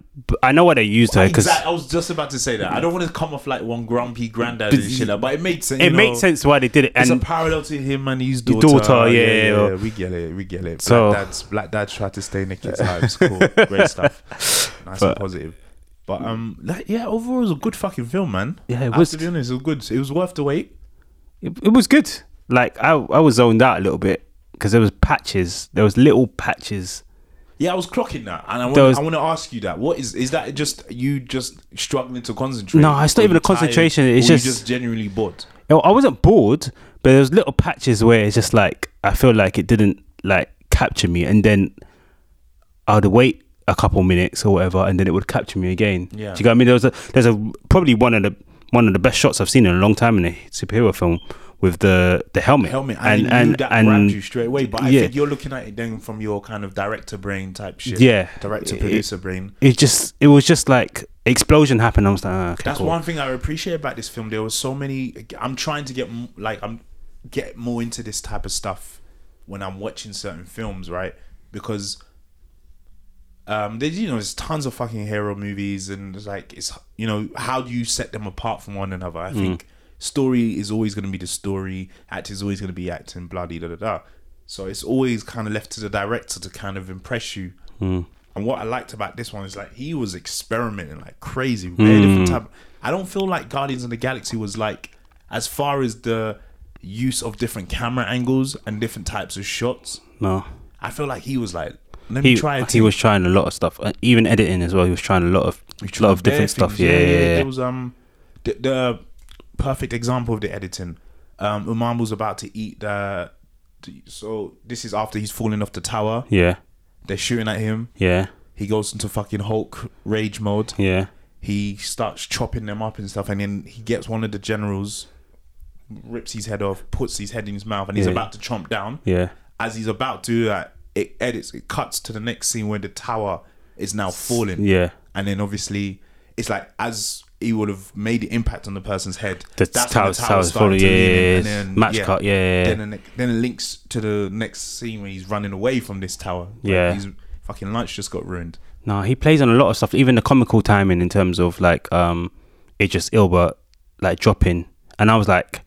Speaker 3: I know why they used her because
Speaker 5: Exact- I was just about to say that. I don't want to come off like one grumpy granddad and shit, like, but it makes sense.
Speaker 3: it
Speaker 5: you know.
Speaker 3: makes sense why they did it.
Speaker 5: it's a
Speaker 3: And
Speaker 5: parallel to him and his
Speaker 3: His
Speaker 5: daughter.
Speaker 3: daughter, yeah, yeah, yeah.
Speaker 5: we get it, we get it.
Speaker 3: So-
Speaker 5: black dads, black dads try to stay in the kids' lives. Cool, great stuff. Nice and positive. But um, like, yeah, overall it was a good fucking film, man.
Speaker 3: Yeah, it
Speaker 5: I have
Speaker 3: was.
Speaker 5: To be honest, it was good. It was worth the wait.
Speaker 3: it, it was good. Like, I I was zoned out a little bit because there was patches. There was little patches.
Speaker 5: Yeah, I was clocking that, and I want,
Speaker 3: There was-
Speaker 5: I want to ask you that. What is is that? Just you just struggling to concentrate?
Speaker 3: No, it's not
Speaker 5: Were
Speaker 3: even
Speaker 5: you
Speaker 3: a concentration,
Speaker 5: tired,
Speaker 3: it's
Speaker 5: or were you
Speaker 3: just-
Speaker 5: just genuinely bored.
Speaker 3: Yo, I wasn't bored, but there was little patches where it's just like I feel like it didn't like capture me, and then I'd wait a couple minutes or whatever, and then it would capture me again.
Speaker 5: Yeah.
Speaker 3: Do you get what I mean? There was a, there's a probably one of the one of the best shots I've seen in a long time in a superhero film with the the helmet,
Speaker 5: helmet and, and, knew that grabbed you straight away. But I
Speaker 3: yeah.
Speaker 5: think you're looking at it then from your kind of director brain type shit.
Speaker 3: Yeah.
Speaker 5: Director
Speaker 3: It-
Speaker 5: producer brain.
Speaker 3: it just it was just like explosion happened. I was like, ah, okay,
Speaker 5: That's
Speaker 3: cool.
Speaker 5: one thing I appreciate about this film. There was so many. I'm trying to get m- like I'm get more into this type of stuff when I'm watching certain films, right? Because um, there's you know there's tons of fucking hero movies and it's like it's you know how do you set them apart from one another?
Speaker 3: Hmm.
Speaker 5: I think story is always going to be the story, act is always going to be acting, bloody da da da. So it's always kind of left to the director to kind of impress you. And what I liked about this one is like he was experimenting like crazy, very different
Speaker 3: Hmm.
Speaker 5: type. I don't feel like Guardians of the Galaxy was like as far as the use of different camera angles and different types of shots.
Speaker 3: no.
Speaker 5: I feel like he was like, let me
Speaker 3: He,
Speaker 5: try it.
Speaker 3: he was trying a lot of stuff, uh, even editing as well. He was trying a lot of lot of
Speaker 5: Bare
Speaker 3: different stuff.
Speaker 5: things,
Speaker 3: Yeah, yeah, yeah.
Speaker 5: There was um the, the perfect example of the editing. Um, Umam was about to eat the, the- So this is after he's falling off the tower.
Speaker 3: yeah,
Speaker 5: They're shooting at him.
Speaker 3: yeah,
Speaker 5: He goes into fucking Hulk rage mode.
Speaker 3: yeah.
Speaker 5: He starts chopping them up and stuff, and then he gets one of the generals, rips his head off, puts his head in his mouth, and he's
Speaker 3: Yeah.
Speaker 5: about to chomp down.
Speaker 3: Yeah.
Speaker 5: As he's about to do that, it edits, it cuts to the next scene where the tower is now falling.
Speaker 3: Yeah.
Speaker 5: and then obviously it's like as he would have made the impact on the person's head.
Speaker 3: The
Speaker 5: when
Speaker 3: towers- towers follow,
Speaker 5: to lean in,
Speaker 3: yeah,
Speaker 5: and then-
Speaker 3: match cut, yeah, yeah, yeah.
Speaker 5: Then, the ne- then it links to the next scene where he's running away from this tower. Like,
Speaker 3: Yeah.
Speaker 5: his fucking lunch just got ruined.
Speaker 3: No, he plays on a lot of stuff, even the comical timing in terms of like um Idris Ilba like dropping. And I was like,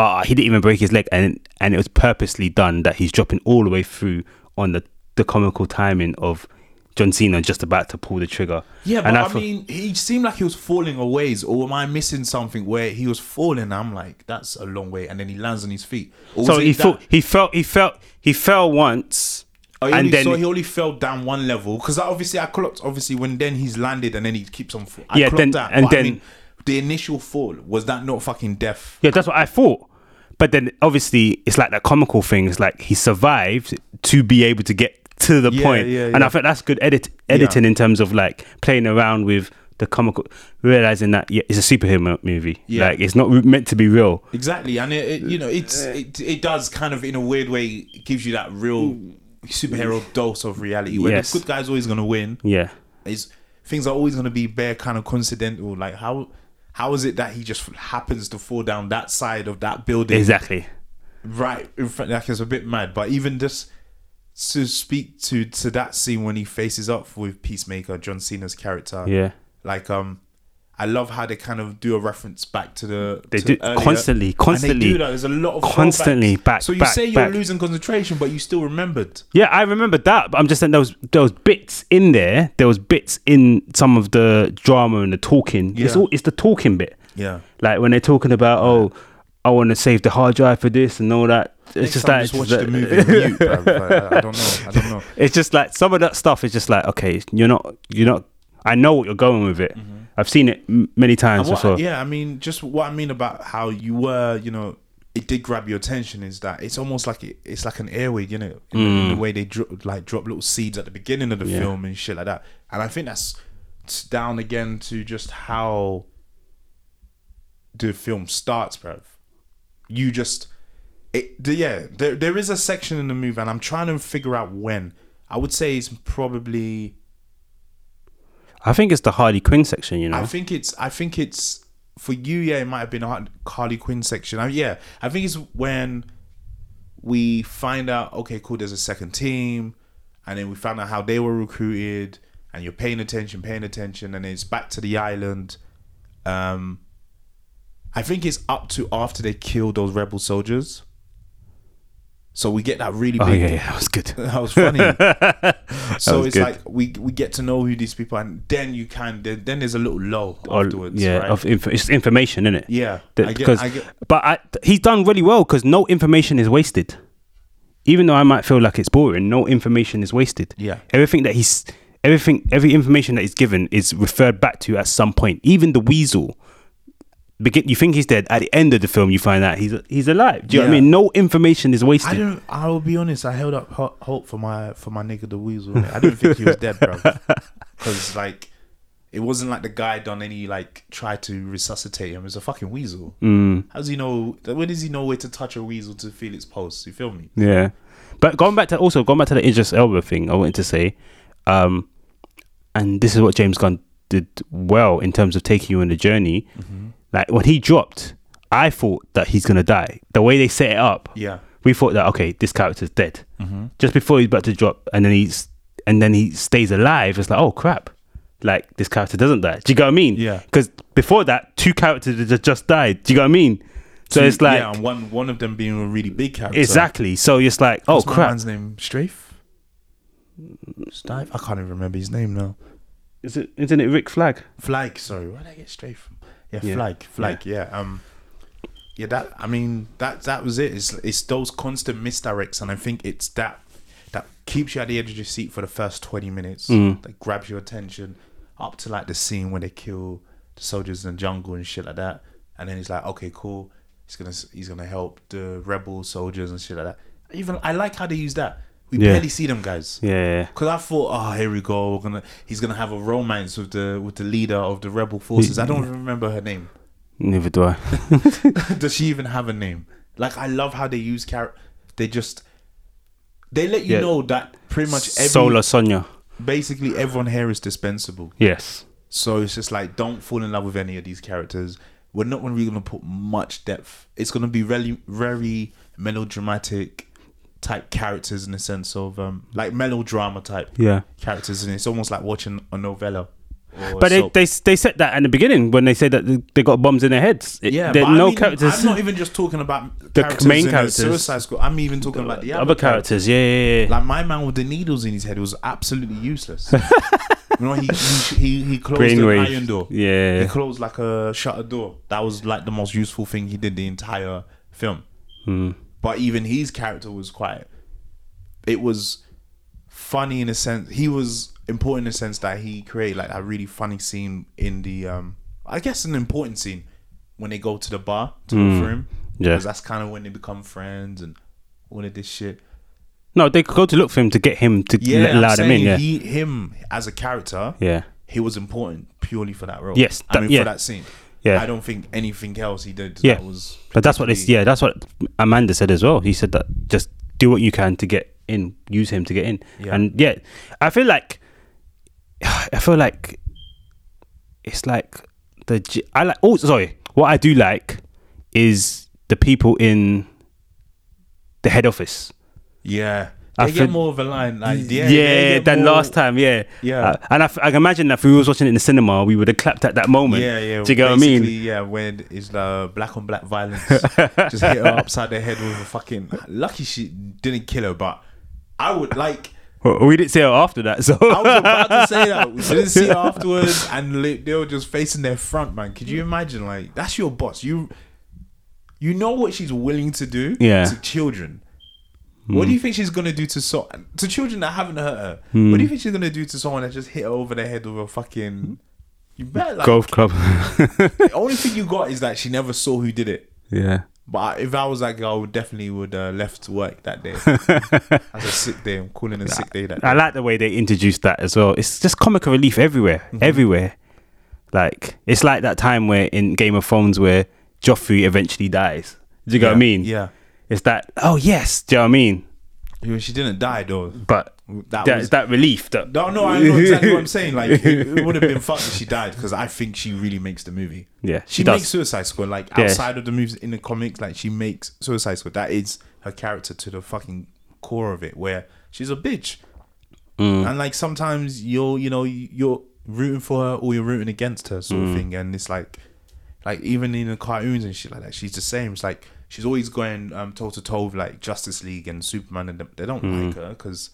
Speaker 3: ah, he didn't even break his leg and and it was purposely done that he's dropping all the way through on the, the comical timing of John Cena just about to pull the trigger.
Speaker 5: Yeah, but
Speaker 3: and
Speaker 5: I,
Speaker 3: thought-
Speaker 5: mean, he seemed like he was falling a ways, or am I missing something where he was falling? I'm like, that's a long way, and then he lands on his feet. Or
Speaker 3: So
Speaker 5: was it
Speaker 3: he
Speaker 5: that-
Speaker 3: felt he felt he felt he fell once
Speaker 5: Oh, he
Speaker 3: and
Speaker 5: only,
Speaker 3: then
Speaker 5: so he only fell down one level because obviously I clocked obviously when then he's landed and then he keeps on. fa- I
Speaker 3: Yeah,
Speaker 5: clocked
Speaker 3: then-
Speaker 5: that,
Speaker 3: and
Speaker 5: but I
Speaker 3: then-
Speaker 5: mean, the initial fall was that not fucking death?
Speaker 3: Yeah, that's what I thought. But then obviously it's like that comical thing. It's like he survived to be able to get to the
Speaker 5: Yeah,
Speaker 3: point.
Speaker 5: yeah,
Speaker 3: And
Speaker 5: yeah.
Speaker 3: I think that's good edit editing in terms of like playing around with the comical, realizing that yeah, it's a superhero movie.
Speaker 5: Yeah.
Speaker 3: Like it's not re- meant to be real.
Speaker 5: Exactly, and it, it you know it's it, it does kind of in a weird way it gives you that real superhero dose of reality where
Speaker 3: Yes.
Speaker 5: the good guy's always gonna win.
Speaker 3: Yeah.
Speaker 5: Is things are always gonna be bare kind of coincidental. Like how how is it that he just happens to fall down that side of that building?
Speaker 3: Exactly.
Speaker 5: right in front like it's a bit mad but even just to speak to to that scene when he faces up with peacemaker john cena's character
Speaker 3: Yeah.
Speaker 5: like um i love how they kind of do a reference back to the
Speaker 3: They
Speaker 5: to
Speaker 3: do- constantly,
Speaker 5: and they
Speaker 3: constantly,
Speaker 5: do that. there's a lot of
Speaker 3: constantly,
Speaker 5: callbacks.
Speaker 3: back,
Speaker 5: so you
Speaker 3: back,
Speaker 5: say you're
Speaker 3: back.
Speaker 5: losing concentration but you still remembered
Speaker 3: Yeah, I remember that. But I'm just saying there was there was bits in there. There was bits in some of the drama and the talking. It's
Speaker 5: Yeah.
Speaker 3: all it's the talking bit.
Speaker 5: yeah
Speaker 3: Like when they're talking about, oh, I want to save the hard drive for this and all that. It's
Speaker 5: Next
Speaker 3: just
Speaker 5: time,
Speaker 3: like,
Speaker 5: just watch
Speaker 3: that-
Speaker 5: the movie on mute, bruv. I, I don't know i don't know
Speaker 3: it's just like some of that stuff is just like, okay, you're not, you're not. I know what you're going with it. I've seen it m- many times
Speaker 5: Mm-hmm. And what-
Speaker 3: before.
Speaker 5: Yeah, I mean, just what I mean about how you were, you know, it did grab your attention is that it's almost like it, it's like an airway, you know, in, in the way they dro- like drop little seeds at the beginning of the
Speaker 3: Yeah.
Speaker 5: film and shit like that. And I think that's it's down again to just how the film starts, bruv. You just, it, the, yeah, there, there is a section in the movie, and I'm trying to figure out when. I would say it's probably
Speaker 3: I think it's the Harley Quinn section, you know.
Speaker 5: I think it's. I think it's for you. Yeah, it might have been a Har- Harley Quinn section. I, yeah, I think it's when we find out. Okay, cool. There's a second team, and then we found out how they were recruited, and you're paying attention, paying attention, and it's back to the island. Um, I think it's up to after they kill those rebel soldiers. So we get that really big
Speaker 3: oh yeah, yeah, that was good.
Speaker 5: that was funny. so
Speaker 3: was
Speaker 5: it's
Speaker 3: good.
Speaker 5: like we we get to know who these people are, and then you can then, then there's a little lull
Speaker 3: Or-
Speaker 5: afterwards.
Speaker 3: yeah,
Speaker 5: right?
Speaker 3: of inf- it's information, isn't it?
Speaker 5: Yeah,
Speaker 3: That-
Speaker 5: I get-
Speaker 3: because,
Speaker 5: I get-
Speaker 3: but I, th- he's done really well because no information is wasted. Even though I might feel like it's boring, no information is wasted.
Speaker 5: Yeah.
Speaker 3: everything that he's, everything, every information that is given is referred back to at some point. Even the weasel, begin, you think he's dead. At the end of the film, you find out he's he's alive. Do you know what I
Speaker 5: Yeah.
Speaker 3: mean? No information is
Speaker 5: I
Speaker 3: wasted.
Speaker 5: don't. I will be honest. I held up ho- hope for my for my nigga the weasel. I didn't think he was dead, bro. Because like, it wasn't like the guy done any like try to resuscitate him. It's a fucking weasel. Mm. How does he know? Where does he know where to touch a weasel to feel its pulse? You feel me?
Speaker 3: Yeah. But going back to also going back to the Idris Elba thing, I wanted to say, um, and this is what James Gunn did well in terms of taking you on the journey.
Speaker 5: Mm-hmm.
Speaker 3: Like when he dropped, I thought that he's gonna die. The way they set it up,
Speaker 5: Yeah. Mm-hmm.
Speaker 3: we thought that okay, this character's dead. Just before he's about to drop, and then he's and then he stays alive. It's like oh crap, like this character doesn't die. Do you get what I mean?
Speaker 5: Yeah.
Speaker 3: Because before that, two characters had just- just died. Do you get what I mean? So it's like
Speaker 5: yeah, and one one of them being a really big character.
Speaker 3: exactly. So it's like oh
Speaker 5: What's my
Speaker 3: crap.
Speaker 5: man's name Strafe. Strafe. I can't even remember his name now.
Speaker 3: Is it, isn't it Rick Flag?
Speaker 5: Flag. Sorry, where did I get Strafe from? Yeah,
Speaker 3: Yeah.
Speaker 5: Flag. Flag. Yeah. Um. Yeah. That. I mean. That. That was it. It's. It's those constant misdirects, and I think it's that. That keeps you at the edge of your seat for the first twenty minutes.
Speaker 3: Mm.
Speaker 5: That grabs your attention up to like the scene where they kill the soldiers in the jungle and shit like that. And then it's like, okay, cool. He's gonna. s- He's gonna help the rebel soldiers and shit like that. Even I like how they use that. We
Speaker 3: Yeah.
Speaker 5: barely see them guys.
Speaker 3: Yeah.
Speaker 5: Because I thought, oh, here we go. We're gonna, he's gonna have a romance with the with the leader of the rebel forces. I don't even remember her name.
Speaker 3: Neither do I.
Speaker 5: Does she even have a name? Like, I love how they use character. They just they let you
Speaker 3: Yeah.
Speaker 5: know that pretty much every
Speaker 3: Solar Sonia.
Speaker 5: basically everyone here is dispensable.
Speaker 3: Yes.
Speaker 5: So it's just like don't fall in love with any of these characters. We're not really going to put much depth. It's going to be really very melodramatic type characters in the sense of um like melodrama type
Speaker 3: Yeah.
Speaker 5: characters, and it's almost like watching a novella. or a
Speaker 3: But they,
Speaker 5: soap.
Speaker 3: they they said that in the beginning when they said that th- they got bombs in their heads. It-
Speaker 5: Yeah,
Speaker 3: there
Speaker 5: but
Speaker 3: are no
Speaker 5: I mean,
Speaker 3: characters.
Speaker 5: I'm not even just talking about
Speaker 3: The
Speaker 5: characters
Speaker 3: main
Speaker 5: in the
Speaker 3: characters.
Speaker 5: Suicide Squad. I'm even talking about the
Speaker 3: the
Speaker 5: other,
Speaker 3: other characters, yeah, yeah, yeah.
Speaker 5: Like my man with the needles in his head was absolutely useless. you know, he he he, he closed
Speaker 3: Brainwave.
Speaker 5: an iron door.
Speaker 3: Yeah.
Speaker 5: he closed like a shutter door. That was like the most useful thing he did the entire film.
Speaker 3: Hmm.
Speaker 5: But even his character was quite. It was funny in a sense. He was important in a sense that he created like a really funny scene in the um I guess an important scene when they go to the bar to look for him.
Speaker 3: Hmm. Yeah.
Speaker 5: Because that's kind of when they become friends and all of this shit.
Speaker 3: no, they could go to look for him to get him to
Speaker 5: Yeah,
Speaker 3: let-
Speaker 5: I'm
Speaker 3: allow them in.
Speaker 5: saying
Speaker 3: Yeah,
Speaker 5: He, him as a character,
Speaker 3: yeah,
Speaker 5: he was important purely for that role.
Speaker 3: Yes,
Speaker 5: I
Speaker 3: that-
Speaker 5: mean
Speaker 3: yeah.
Speaker 5: for that scene.
Speaker 3: Yeah.
Speaker 5: I don't think anything else he did
Speaker 3: yeah.
Speaker 5: that was
Speaker 3: but that's what this. Yeah, that's what Amanda said as well. He said that just do what you can to get in, use him to get in,
Speaker 5: Yeah.
Speaker 3: and yeah, I feel like I feel like it's like the G- I like. Oh, sorry. What I do like is the people in the head office.
Speaker 5: Yeah. They
Speaker 3: I
Speaker 5: get
Speaker 3: think-
Speaker 5: more of a line like
Speaker 3: yeah,
Speaker 5: yeah, they get
Speaker 3: than
Speaker 5: more-
Speaker 3: last time. Yeah,
Speaker 5: Yeah.
Speaker 3: Uh, and I, f- I can imagine that if we was watching it in the cinema, we would have clapped at that moment.
Speaker 5: Yeah, yeah.
Speaker 3: Do you get what I
Speaker 5: basically,
Speaker 3: mean?
Speaker 5: Yeah, when it's the black on black violence, just hit her upside the head with a fucking. Lucky she didn't kill her, but I would like.
Speaker 3: Well, we didn't see it after that, so
Speaker 5: I was about to say that. We didn't see her afterwards, and li- they were just facing their front, man. Could you imagine? Like that's your boss. You, you know what she's willing to do
Speaker 3: Yeah. Hmm.
Speaker 5: to children. What do you think she's gonna do to so to children that haven't hurt her? What do you think she's gonna do to someone that just hit her over the head with a fucking? You better like,
Speaker 3: golf club.
Speaker 5: the only thing you got is that she never saw who did it.
Speaker 3: yeah,
Speaker 5: But if I was that girl, I would definitely would uh, left work that day. That's a sick day. I'm calling a sick day that day.
Speaker 3: I like the way they introduced that as well. It's just comic relief everywhere,
Speaker 5: Mm-hmm.
Speaker 3: everywhere. Like it's like that time where in Game of Thrones where Joffrey eventually dies. Do you get what I mean?
Speaker 5: Yeah.
Speaker 3: It's that. Oh yes. Do you know what I mean?
Speaker 5: Yeah, She didn't die though.
Speaker 3: But
Speaker 5: That
Speaker 3: that that,
Speaker 5: was-
Speaker 3: relief. That
Speaker 5: No, no, I know exactly what I'm saying. Like, it, it would have been fucked if she died because I think she really makes the movie.
Speaker 3: Yeah,
Speaker 5: she,
Speaker 3: she does.
Speaker 5: makes Suicide Squad. Like
Speaker 3: Yeah.
Speaker 5: outside of the movies in the comics, like she makes Suicide Squad. That is her character to the fucking core of it, where she's a bitch,
Speaker 3: Mm.
Speaker 5: and like sometimes you're, you know, you're rooting for her or you're rooting against her, sort
Speaker 3: Mm.
Speaker 5: of thing. And it's like, like even in the cartoons and shit like that, she's the same. It's like she's always going um toe to toe with like Justice League and Superman, and them. they don't like her because.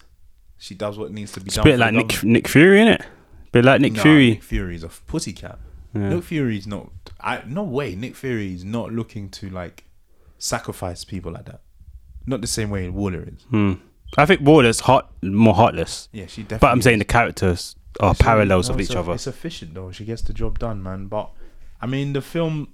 Speaker 5: She does what needs to be
Speaker 3: Mm. It's a
Speaker 5: done.
Speaker 3: bit
Speaker 5: for
Speaker 3: like
Speaker 5: the
Speaker 3: Nick Nick Fury, innit? Bit like Nick
Speaker 5: Nah,
Speaker 3: Fury.
Speaker 5: Nick Fury's a pussy cat. Nick Fury's not. I no way. Nick Fury's not looking to like sacrifice people like that. Not the same way Waller is.
Speaker 3: Hmm. I think Warder's heart more heartless.
Speaker 5: Yeah, she definitely.
Speaker 3: But I'm saying the characters are parallels
Speaker 5: No,
Speaker 3: of
Speaker 5: it's
Speaker 3: each
Speaker 5: a-
Speaker 3: other.
Speaker 5: It's efficient though. She gets the job done, man. But I mean, the film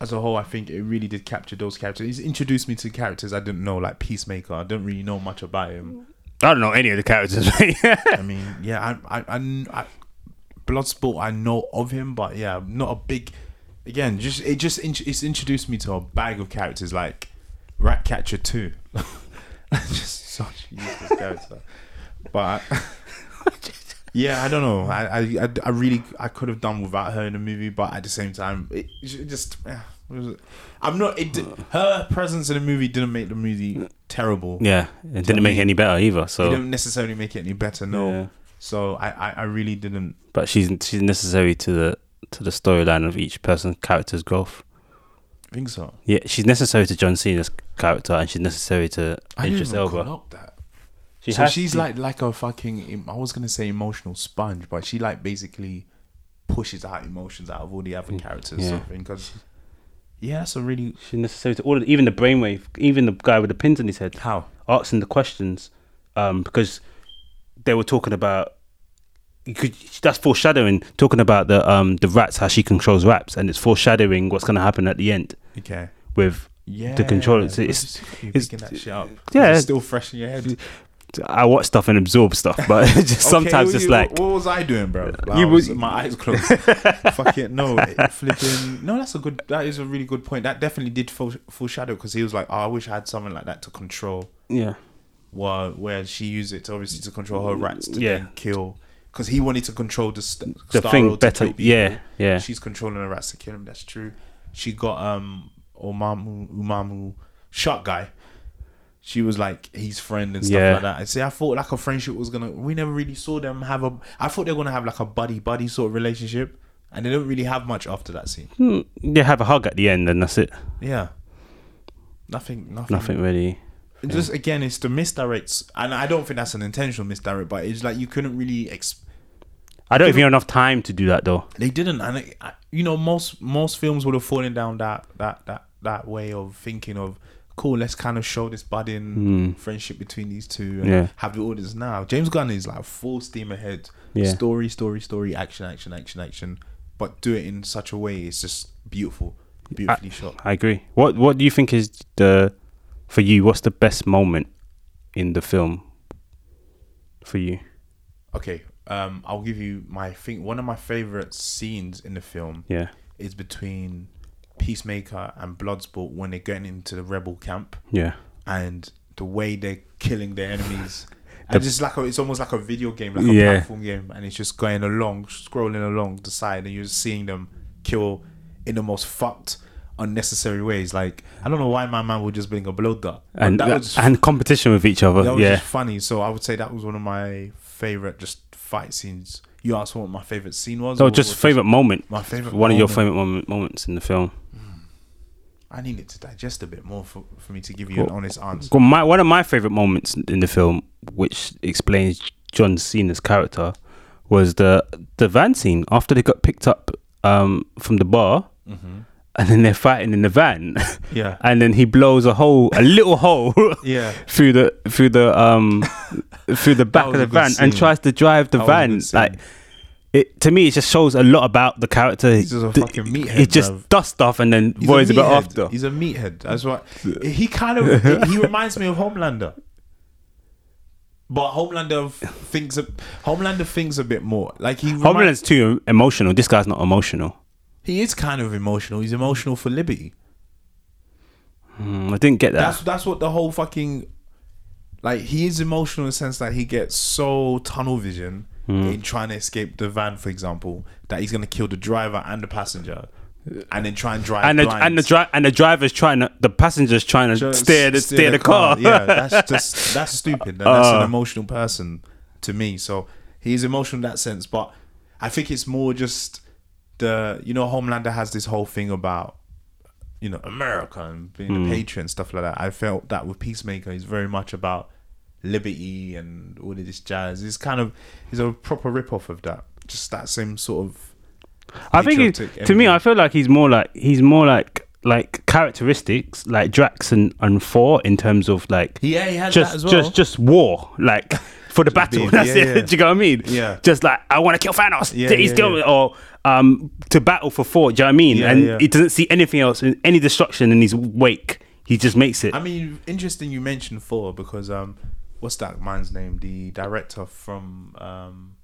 Speaker 5: as a whole, I think it really did capture those characters. It introduced me to characters I didn't know, like Peacemaker. I don't really know much about him.
Speaker 3: I don't know any of the characters. mate.
Speaker 5: I mean, yeah, I, I, I, I, Bloodsport, I know of him, but yeah, I'm not a big. Again, just it just int- it's introduced me to a bag of characters like Ratcatcher Two, just such a useless character. But I- yeah, I don't know. I, I, I, I really I could have done without her in the movie, but at the same time, it, it just eh, what was it? I'm not. It, di- her presence in the movie didn't make the movie terrible
Speaker 3: yeah, it didn't make it any better either.
Speaker 5: it
Speaker 3: So,
Speaker 5: didn't necessarily make it any better, no.
Speaker 3: Yeah.
Speaker 5: So I, I, I really didn't.
Speaker 3: but she's she's necessary to the to the storyline of each person's character's growth.
Speaker 5: think so.
Speaker 3: Yeah, she's necessary to John Cena's character, and she's necessary to
Speaker 5: I didn't
Speaker 3: Idris
Speaker 5: even
Speaker 3: Elba.
Speaker 5: clock that.
Speaker 3: She
Speaker 5: so
Speaker 3: has
Speaker 5: she's
Speaker 3: to-
Speaker 5: like like a fucking. em- I was gonna say emotional sponge, but she like basically pushes out emotions out of all the other characters.
Speaker 3: Mm. yeah.
Speaker 5: Yeah. Because yeah, that's a really
Speaker 3: she's necessary to all of even the brainwave, even the guy with the pins in his head.
Speaker 5: how
Speaker 3: asking the questions um, because they were talking about you could that's foreshadowing talking about the um, the rats how she controls rats and it's foreshadowing what's going to happen at the end
Speaker 5: okay.
Speaker 3: with
Speaker 5: Yeah,
Speaker 3: the controller. It's,
Speaker 5: we're
Speaker 3: it's-
Speaker 5: just- you're
Speaker 3: it's-
Speaker 5: picking that shit up.
Speaker 3: yeah.
Speaker 5: It's still fresh in your head.
Speaker 3: I watch stuff and absorb stuff, but just sometimes
Speaker 5: Okay,
Speaker 3: it's like
Speaker 5: what- what was I doing, bro? Like,
Speaker 3: You
Speaker 5: I was-
Speaker 3: would-
Speaker 5: my eyes closed. Fuck it, no, it flipping. No, that's a good. That is a really good point. That definitely did fore- foreshadow because he was like, oh, I wish I had something like that to control.
Speaker 3: yeah,
Speaker 5: Where where she used it to obviously to control her rats to
Speaker 3: Yeah.
Speaker 5: then kill because he wanted to control the, st-
Speaker 3: The
Speaker 5: Star
Speaker 3: thing
Speaker 5: Road to
Speaker 3: better-
Speaker 5: kill people.
Speaker 3: yeah, yeah.
Speaker 5: She's controlling the rats to kill him. That's true. She got um Umamu Umamu shot guy. She was like his friend and stuff
Speaker 3: Yeah.
Speaker 5: like that. I see. I thought like a friendship was gonna. We never really saw them have a. I thought they were gonna have like a buddy buddy sort of relationship, and they don't really have much after that scene.
Speaker 3: Hmm, They have a hug at the end, and that's it.
Speaker 5: Yeah. Nothing. Nothing.
Speaker 3: Nothing really.
Speaker 5: It Just again, it's the misdirects, and I don't think that's an intentional misdirect, but it's like you couldn't really. Exp-
Speaker 3: I don't even have enough time to do that though.
Speaker 5: they didn't, and it, I- you know, most most films would have fallen down that that that that way of thinking of, cool, let's kind of show this budding friendship between these two, and
Speaker 3: Hmm. Yeah.
Speaker 5: have the audience now. James Gunn is like full steam ahead,
Speaker 3: Yeah.
Speaker 5: story, story, story, action, action, action, action, but do it in such a way it's just beautiful, beautifully shot.
Speaker 3: I agree. What What do you think is the for you? What's the best moment in the film for you?
Speaker 5: Okay, um, I'll give you my thing. One of my favorite scenes in the film.
Speaker 3: Yeah.
Speaker 5: is between Peacemaker and Bloodsport when they're getting into the rebel camp
Speaker 3: Yeah.
Speaker 5: and the way they're killing their enemies. And just like a, it's almost like a video game, like a
Speaker 3: Yeah.
Speaker 5: platform game, and it's just going along, scrolling along the side, and you're just seeing them kill in the most fucked, unnecessary ways. Like I don't know why my man would just bring a blow dart, But
Speaker 3: And
Speaker 5: that
Speaker 3: that-
Speaker 5: was
Speaker 3: and competition with each
Speaker 5: that
Speaker 3: other.
Speaker 5: was
Speaker 3: Yeah.
Speaker 5: just funny. So I would say that was one of my favorite just fight scenes. You asked what my favorite scene was.
Speaker 3: So
Speaker 5: or
Speaker 3: Oh, just
Speaker 5: what-
Speaker 3: favorite moment.
Speaker 5: My favorite.
Speaker 3: One of your
Speaker 5: moment.
Speaker 3: favorite moment, moments in the film.
Speaker 5: I need it to digest a bit more for, for me to give you an
Speaker 3: Cool.
Speaker 5: honest answer.
Speaker 3: Well, my, one of my favorite moments in the film, which explains John Cena's character, was the the van scene after they got picked up um, from the bar, and then they're fighting in the van.
Speaker 5: Mm-hmm. Yeah.
Speaker 3: and then he blows a hole, a little hole.
Speaker 5: Yeah.
Speaker 3: Through the through the um through the back of
Speaker 5: That was
Speaker 3: the
Speaker 5: a good
Speaker 3: van and
Speaker 5: scene.
Speaker 3: tries to drive the
Speaker 5: That was a
Speaker 3: van
Speaker 5: good scene.
Speaker 3: like it to me it just shows a lot about the character.
Speaker 5: He's just a
Speaker 3: Th-
Speaker 5: fucking meathead,
Speaker 3: He just
Speaker 5: bruv.
Speaker 3: does stuff and then
Speaker 5: He's
Speaker 3: worries about
Speaker 5: meathead.
Speaker 3: after.
Speaker 5: He's a meathead. That's what he kind of he reminds me of Homelander. But Homelander f- thinks a, Homelander thinks a bit more. Like he remi-
Speaker 3: Homeland's too emotional. This guy's not emotional.
Speaker 5: he is kind of emotional. He's emotional for liberty.
Speaker 3: Mm, I didn't get that.
Speaker 5: That's that's what the whole fucking like he is emotional in the sense that he gets so tunnel vision
Speaker 3: Hmm.
Speaker 5: in trying to escape the van, for example, that he's gonna kill the driver and the passenger, and then try and drive
Speaker 3: and the
Speaker 5: blind.
Speaker 3: and the dri- and the driver's trying to the passenger's trying to
Speaker 5: Just
Speaker 3: steer the steer, the, car. Uh.
Speaker 5: yeah, that's just that's stupid. And that's an emotional person to me. So he's emotional in that sense, but I think it's more just the you know Homelander has this whole thing about you know America and being
Speaker 3: Hmm.
Speaker 5: a patriot and stuff like that. I felt that with Peacemaker, he's very much about liberty and all of this jazz. It's kind of he's a proper rip off of that. Just that same sort of.
Speaker 3: I think it,
Speaker 5: patriotic
Speaker 3: to me,
Speaker 5: energy.
Speaker 3: I feel like he's more like he's more like like characteristics like Drax and and Thor in terms of like
Speaker 5: Yeah, he had
Speaker 3: just
Speaker 5: that as well.
Speaker 3: just just war like for the battle.
Speaker 5: being-
Speaker 3: That's
Speaker 5: yeah,
Speaker 3: it.
Speaker 5: yeah.
Speaker 3: Do you know what I mean?
Speaker 5: Yeah.
Speaker 3: Just like I want to kill Thanos.
Speaker 5: Yeah,
Speaker 3: he's
Speaker 5: yeah,
Speaker 3: doing
Speaker 5: yeah.
Speaker 3: it or um to battle for Thor. Do you know what I mean?
Speaker 5: Yeah,
Speaker 3: and
Speaker 5: yeah.
Speaker 3: he doesn't see anything else, any destruction in his wake. He just makes it.
Speaker 5: I mean, interesting you mentioned four because um, what's that man's name? The director from um,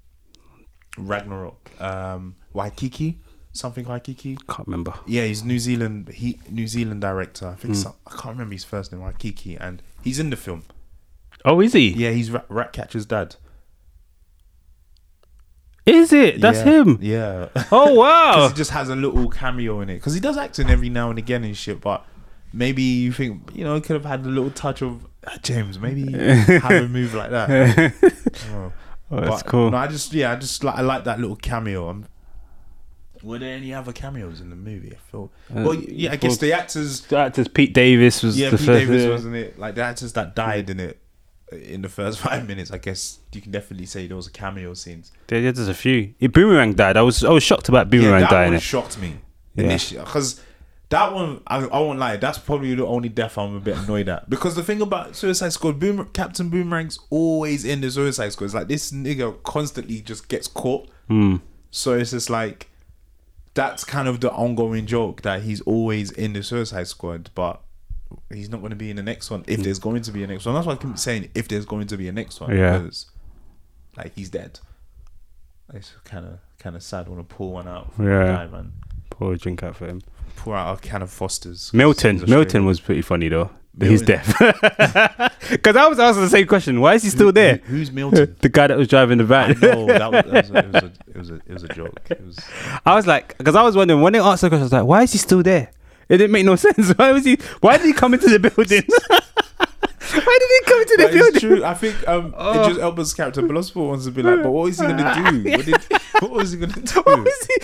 Speaker 5: Ragnarok, um, Waikiki, something Waikiki.
Speaker 3: can't remember.
Speaker 5: Yeah, he's New Zealand. He New Zealand director. I think
Speaker 3: Hmm.
Speaker 5: some, I can't remember his first name. Waikiki, and he's in the film.
Speaker 3: Oh, is he?
Speaker 5: Yeah, he's Rat, Ratcatcher's dad.
Speaker 3: Is it? That's
Speaker 5: Yeah,
Speaker 3: him.
Speaker 5: Yeah.
Speaker 3: Oh wow.
Speaker 5: Because he just has a little cameo in it. Because he does acting every now and again and shit, but maybe you think, you know, he could have had a little touch of "Ah, James, maybe have a move like that. oh,
Speaker 3: that's cool.
Speaker 5: No, I just, yeah, I just like, I like that little cameo. Um were there any other cameos in the movie? I feel. well, yeah, I guess
Speaker 3: Uh, well,
Speaker 5: the actors.
Speaker 3: The actors Pete Davis was
Speaker 5: Yeah,
Speaker 3: the
Speaker 5: Pete
Speaker 3: first.
Speaker 5: Davis
Speaker 3: yeah.
Speaker 5: wasn't it? Like the actors that died in it uh, in the first five minutes. I guess you can definitely say there was a cameo scenes.
Speaker 3: There- yeah, there's a few. Yeah, Boomerang died. I was I was shocked about Boomerang
Speaker 5: that
Speaker 3: dying.
Speaker 5: one shocked me
Speaker 3: Yeah.
Speaker 5: initially because that one I, I won't lie that's probably the only death I'm a bit annoyed at because the thing about Suicide Squad Boomer, Captain Boomerang's always in the Suicide Squad it's like this nigga constantly just gets caught
Speaker 3: Hmm.
Speaker 5: so it's just like that's kind of the ongoing joke that he's always in the Suicide Squad but he's not going to be in the next one
Speaker 3: Hmm.
Speaker 5: if there's going to be a next one that's why I keep saying if there's going to be a next one
Speaker 3: Yeah.
Speaker 5: because like he's dead it's kind of kind of sad. I want to pull one out. For
Speaker 3: Yeah.
Speaker 5: yeah, guy, man.
Speaker 3: Poor drink out for him.
Speaker 5: Pour out a can of Fosters.
Speaker 3: Milton.
Speaker 5: He's Australian.
Speaker 3: Milton was pretty funny though. his death. Because I was asking the same question. Why is he still there?
Speaker 5: Who- who's Milton?
Speaker 3: The guy that was driving the van.
Speaker 5: no, that was, that was a, it, was a, it, was a, it was a joke. It was,
Speaker 3: I was like, because I was wondering when they asked the question, I was like, why is he still there? It didn't make no sense. Why was he? Why did he come into the building? why did he come into the
Speaker 5: But
Speaker 3: building?
Speaker 5: it's true. I think um,
Speaker 3: Oh.
Speaker 5: it just Elba's character, Bloodsport, wants to be like, but what was he gonna do? What, did, what was he gonna do?
Speaker 3: Why was he?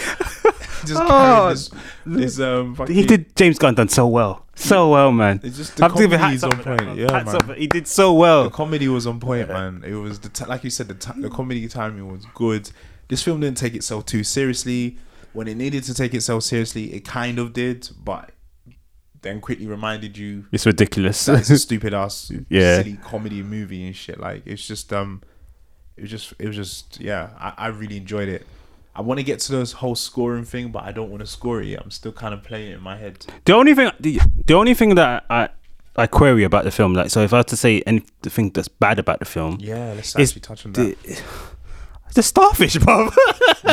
Speaker 5: Just
Speaker 3: Oh.
Speaker 5: carrying this, this um. Fucking,
Speaker 3: He did. James Gunn done so well, so well, man.
Speaker 5: It's just the
Speaker 3: to give him
Speaker 5: comedy is
Speaker 3: hats
Speaker 5: on
Speaker 3: off for that,
Speaker 5: point.
Speaker 3: man.
Speaker 5: Yeah,
Speaker 3: Hats
Speaker 5: man.
Speaker 3: off. He did so
Speaker 5: The
Speaker 3: well.
Speaker 5: comedy was on point, man. It was the t- like you said, the ti- the comedy timing was good. This film didn't take itself too seriously. When it needed to take itself seriously, it kind of did, but then quickly reminded you
Speaker 3: It's ridiculous.
Speaker 5: that it's a stupid ass
Speaker 3: Yeah.
Speaker 5: silly comedy movie and shit. Like it's just um it was just it was just yeah, I, I really enjoyed it. I want to get to this whole scoring thing, but I don't want to score it yet. I'm still kind of playing it in my head.
Speaker 3: The only thing, the, the only thing that I, I query about the film, like, so if I had to say anything that's bad about the film,
Speaker 5: Yeah, let's
Speaker 3: It's
Speaker 5: actually touch on
Speaker 3: the,
Speaker 5: that.
Speaker 3: the starfish, bro.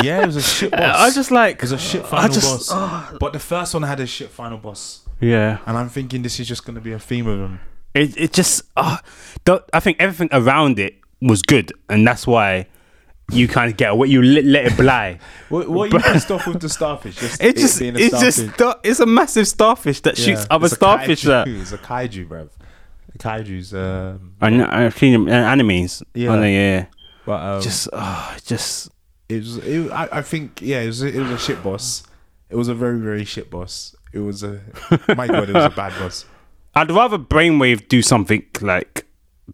Speaker 5: yeah, it was a shit boss.
Speaker 3: I was just like,
Speaker 5: It was a shit final
Speaker 3: Uh, just- uh,
Speaker 5: boss. but the first one had a shit final boss.
Speaker 3: yeah,
Speaker 5: And I'm thinking this is just going to be a theme of them.
Speaker 3: it, it just, uh, the, I think everything around it was good, and that's why you kind of get away. You let, let it fly.
Speaker 5: What, what are you pissed off with the starfish? Just
Speaker 3: It just,
Speaker 5: being a
Speaker 3: it's just,
Speaker 5: starfish.
Speaker 3: sta- it's a massive starfish that shoots
Speaker 5: Yeah.
Speaker 3: other
Speaker 5: It's a
Speaker 3: starfish.
Speaker 5: kaiju.
Speaker 3: That
Speaker 5: It's a kaiju, bruv. Kaiju's, um,
Speaker 3: I uh, know, I've seen them in animes.
Speaker 5: Yeah.
Speaker 3: Yeah, yeah.
Speaker 5: but um,
Speaker 3: Just, uh, just
Speaker 5: it was. It, I, I think yeah, it was. It was a shit boss. It was a very very shit boss. It was a my god, it was a bad boss.
Speaker 3: I'd rather Brainwave do something like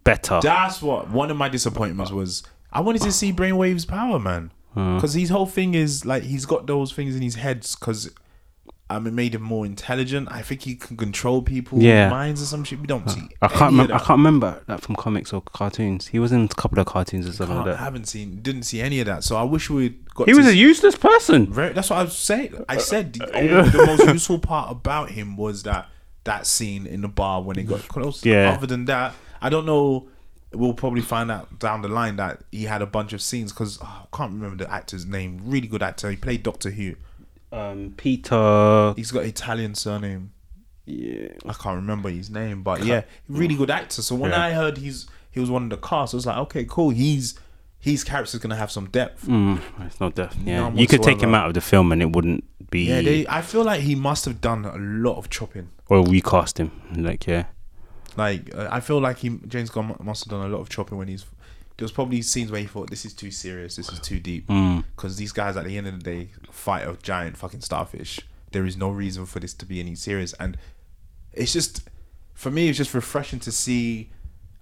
Speaker 3: better.
Speaker 5: That's what one of my disappointments was. I wanted to see Brainwave's power, man, because his whole thing is like he's got those things in his heads because. Um, it made him more intelligent. I think he can control people's
Speaker 3: Yeah.
Speaker 5: minds or some shit. We don't see.
Speaker 3: I can't
Speaker 5: any of
Speaker 3: remember. I
Speaker 5: that.
Speaker 3: can't remember that from comics or cartoons. He was in a couple of cartoons or something
Speaker 5: Can't-
Speaker 3: like
Speaker 5: I
Speaker 3: that.
Speaker 5: haven't seen. Didn't see any of that. So I wish we got.
Speaker 3: He
Speaker 5: to
Speaker 3: was a
Speaker 5: see-
Speaker 3: useless person.
Speaker 5: Very, that's what I was saying.
Speaker 3: Uh,
Speaker 5: I said the, only- the most useful part about him was that that scene in the bar when it got close.
Speaker 3: Yeah.
Speaker 5: Other than that, I don't know. We'll probably find out down the line that he had a bunch of scenes because I can't remember the actor's name. Really good actor. He played Doctor Who.
Speaker 3: Um, Peter.
Speaker 5: He's got Italian surname. Yeah. I can't remember his name, but yeah, really good actor. So when
Speaker 3: Yeah.
Speaker 5: I heard he's he was one of the cast, I was like, okay, cool. He's his character's gonna have some depth.
Speaker 3: Mm, it's not death. Yeah,
Speaker 5: None
Speaker 3: you could take him
Speaker 5: whatsoever.
Speaker 3: out of the film and it wouldn't be
Speaker 5: Yeah, they, I feel like he must have done a lot of chopping.
Speaker 3: or recast him. Like yeah,
Speaker 5: Like uh, I feel like he James Gunn mu- must have done a lot of chopping when he's. There was probably scenes where he thought this is too serious, this is too deep,
Speaker 3: Mm.
Speaker 5: because these guys at the end of the day fight a giant fucking starfish. There is no reason for this to be any serious, and it's just for me, it's just refreshing to see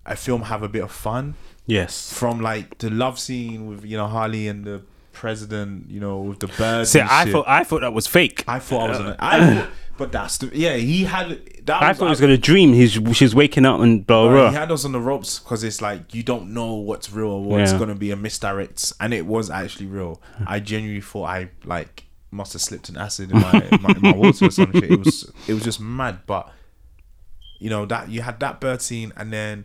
Speaker 5: a film have a bit of fun
Speaker 3: yes.
Speaker 5: from like the love scene with you know Harley and the president, you know, with the birds.
Speaker 3: See,
Speaker 5: and
Speaker 3: I
Speaker 5: shit.
Speaker 3: thought I thought that was fake. I,
Speaker 5: I thought I was. in a- I thought, but that's the yeah. He had that. was,
Speaker 3: thought he was gonna dream. He's she's waking up and blah
Speaker 5: Bro,
Speaker 3: blah.
Speaker 5: he had us on the ropes because it's like you don't know what's real or what's
Speaker 3: Yeah.
Speaker 5: gonna be a misdirect, and it was actually real. I genuinely thought I like must have slipped an acid in my, in my, in my water or some shit. It was it was just mad, but you know that you had that bird scene, and then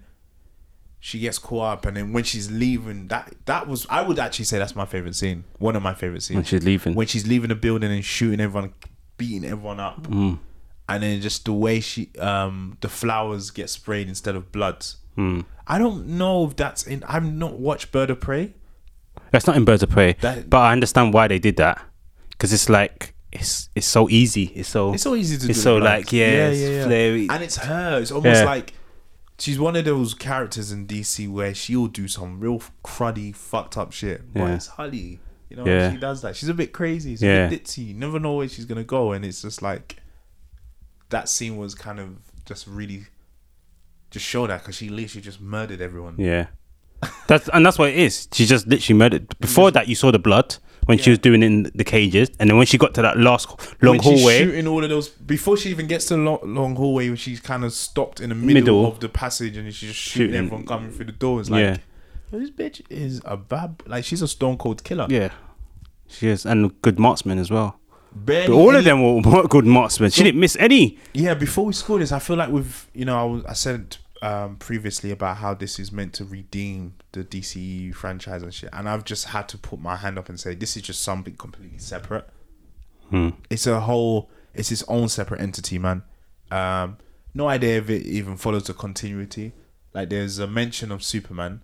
Speaker 5: she gets caught up, and then when she's leaving, that that was I would actually say that's my favorite scene, one of my favorite scenes
Speaker 3: When she's leaving.
Speaker 5: when she's leaving the building and shooting everyone, beating everyone up,
Speaker 3: Mm.
Speaker 5: and then just the way she, um, the flowers get sprayed instead of blood.
Speaker 3: Mm.
Speaker 5: I don't know if that's in. I've not watched Bird of Prey.
Speaker 3: That's not in Birds of Prey,
Speaker 5: That-
Speaker 3: but I understand why they did that because it's like it's it's so easy. It's so
Speaker 5: It's so easy to do.
Speaker 3: It's so
Speaker 5: the
Speaker 3: like
Speaker 5: bloods.
Speaker 3: yeah, it's flary.
Speaker 5: and it's her. It's almost
Speaker 3: Yeah.
Speaker 5: like she's one of those characters in DC where she'll do some real cruddy, fucked up shit, but
Speaker 3: Yeah.
Speaker 5: it's Holly. You know,
Speaker 3: Yeah.
Speaker 5: she does that. She's a bit crazy. She's a
Speaker 3: Yeah.
Speaker 5: bit ditzy. You never know where she's gonna go, and it's just like that scene was kind of just really just show that because she literally just murdered everyone.
Speaker 3: Yeah. That's and that's what it is. She just literally murdered. Before that, you saw the blood when she was doing it in the cages, and then when she got to that last long
Speaker 5: when she's
Speaker 3: hallway,
Speaker 5: shooting all of those before she even gets to the long, long hallway when she's kind of stopped in the middle,
Speaker 3: Middle.
Speaker 5: of the passage and she's just shooting,
Speaker 3: Shooting.
Speaker 5: everyone coming through the door it's like
Speaker 3: Yeah.
Speaker 5: "Yo, this bitch is a bad like she's a stone cold killer
Speaker 3: yeah, she is, and a good marksman as well.
Speaker 5: Barely
Speaker 3: But all
Speaker 5: any-
Speaker 3: of them were were good marksmen. She didn't miss any.
Speaker 5: yeah before we score this I feel like we've you know I, was, I said um, previously about how this is meant to redeem the DCEU franchise and shit and I've just had to put my hand up and say this is just something completely
Speaker 3: Hmm.
Speaker 5: separate it's a whole it's its own separate entity man um No idea if it even follows a continuity. Like there's a mention of Superman.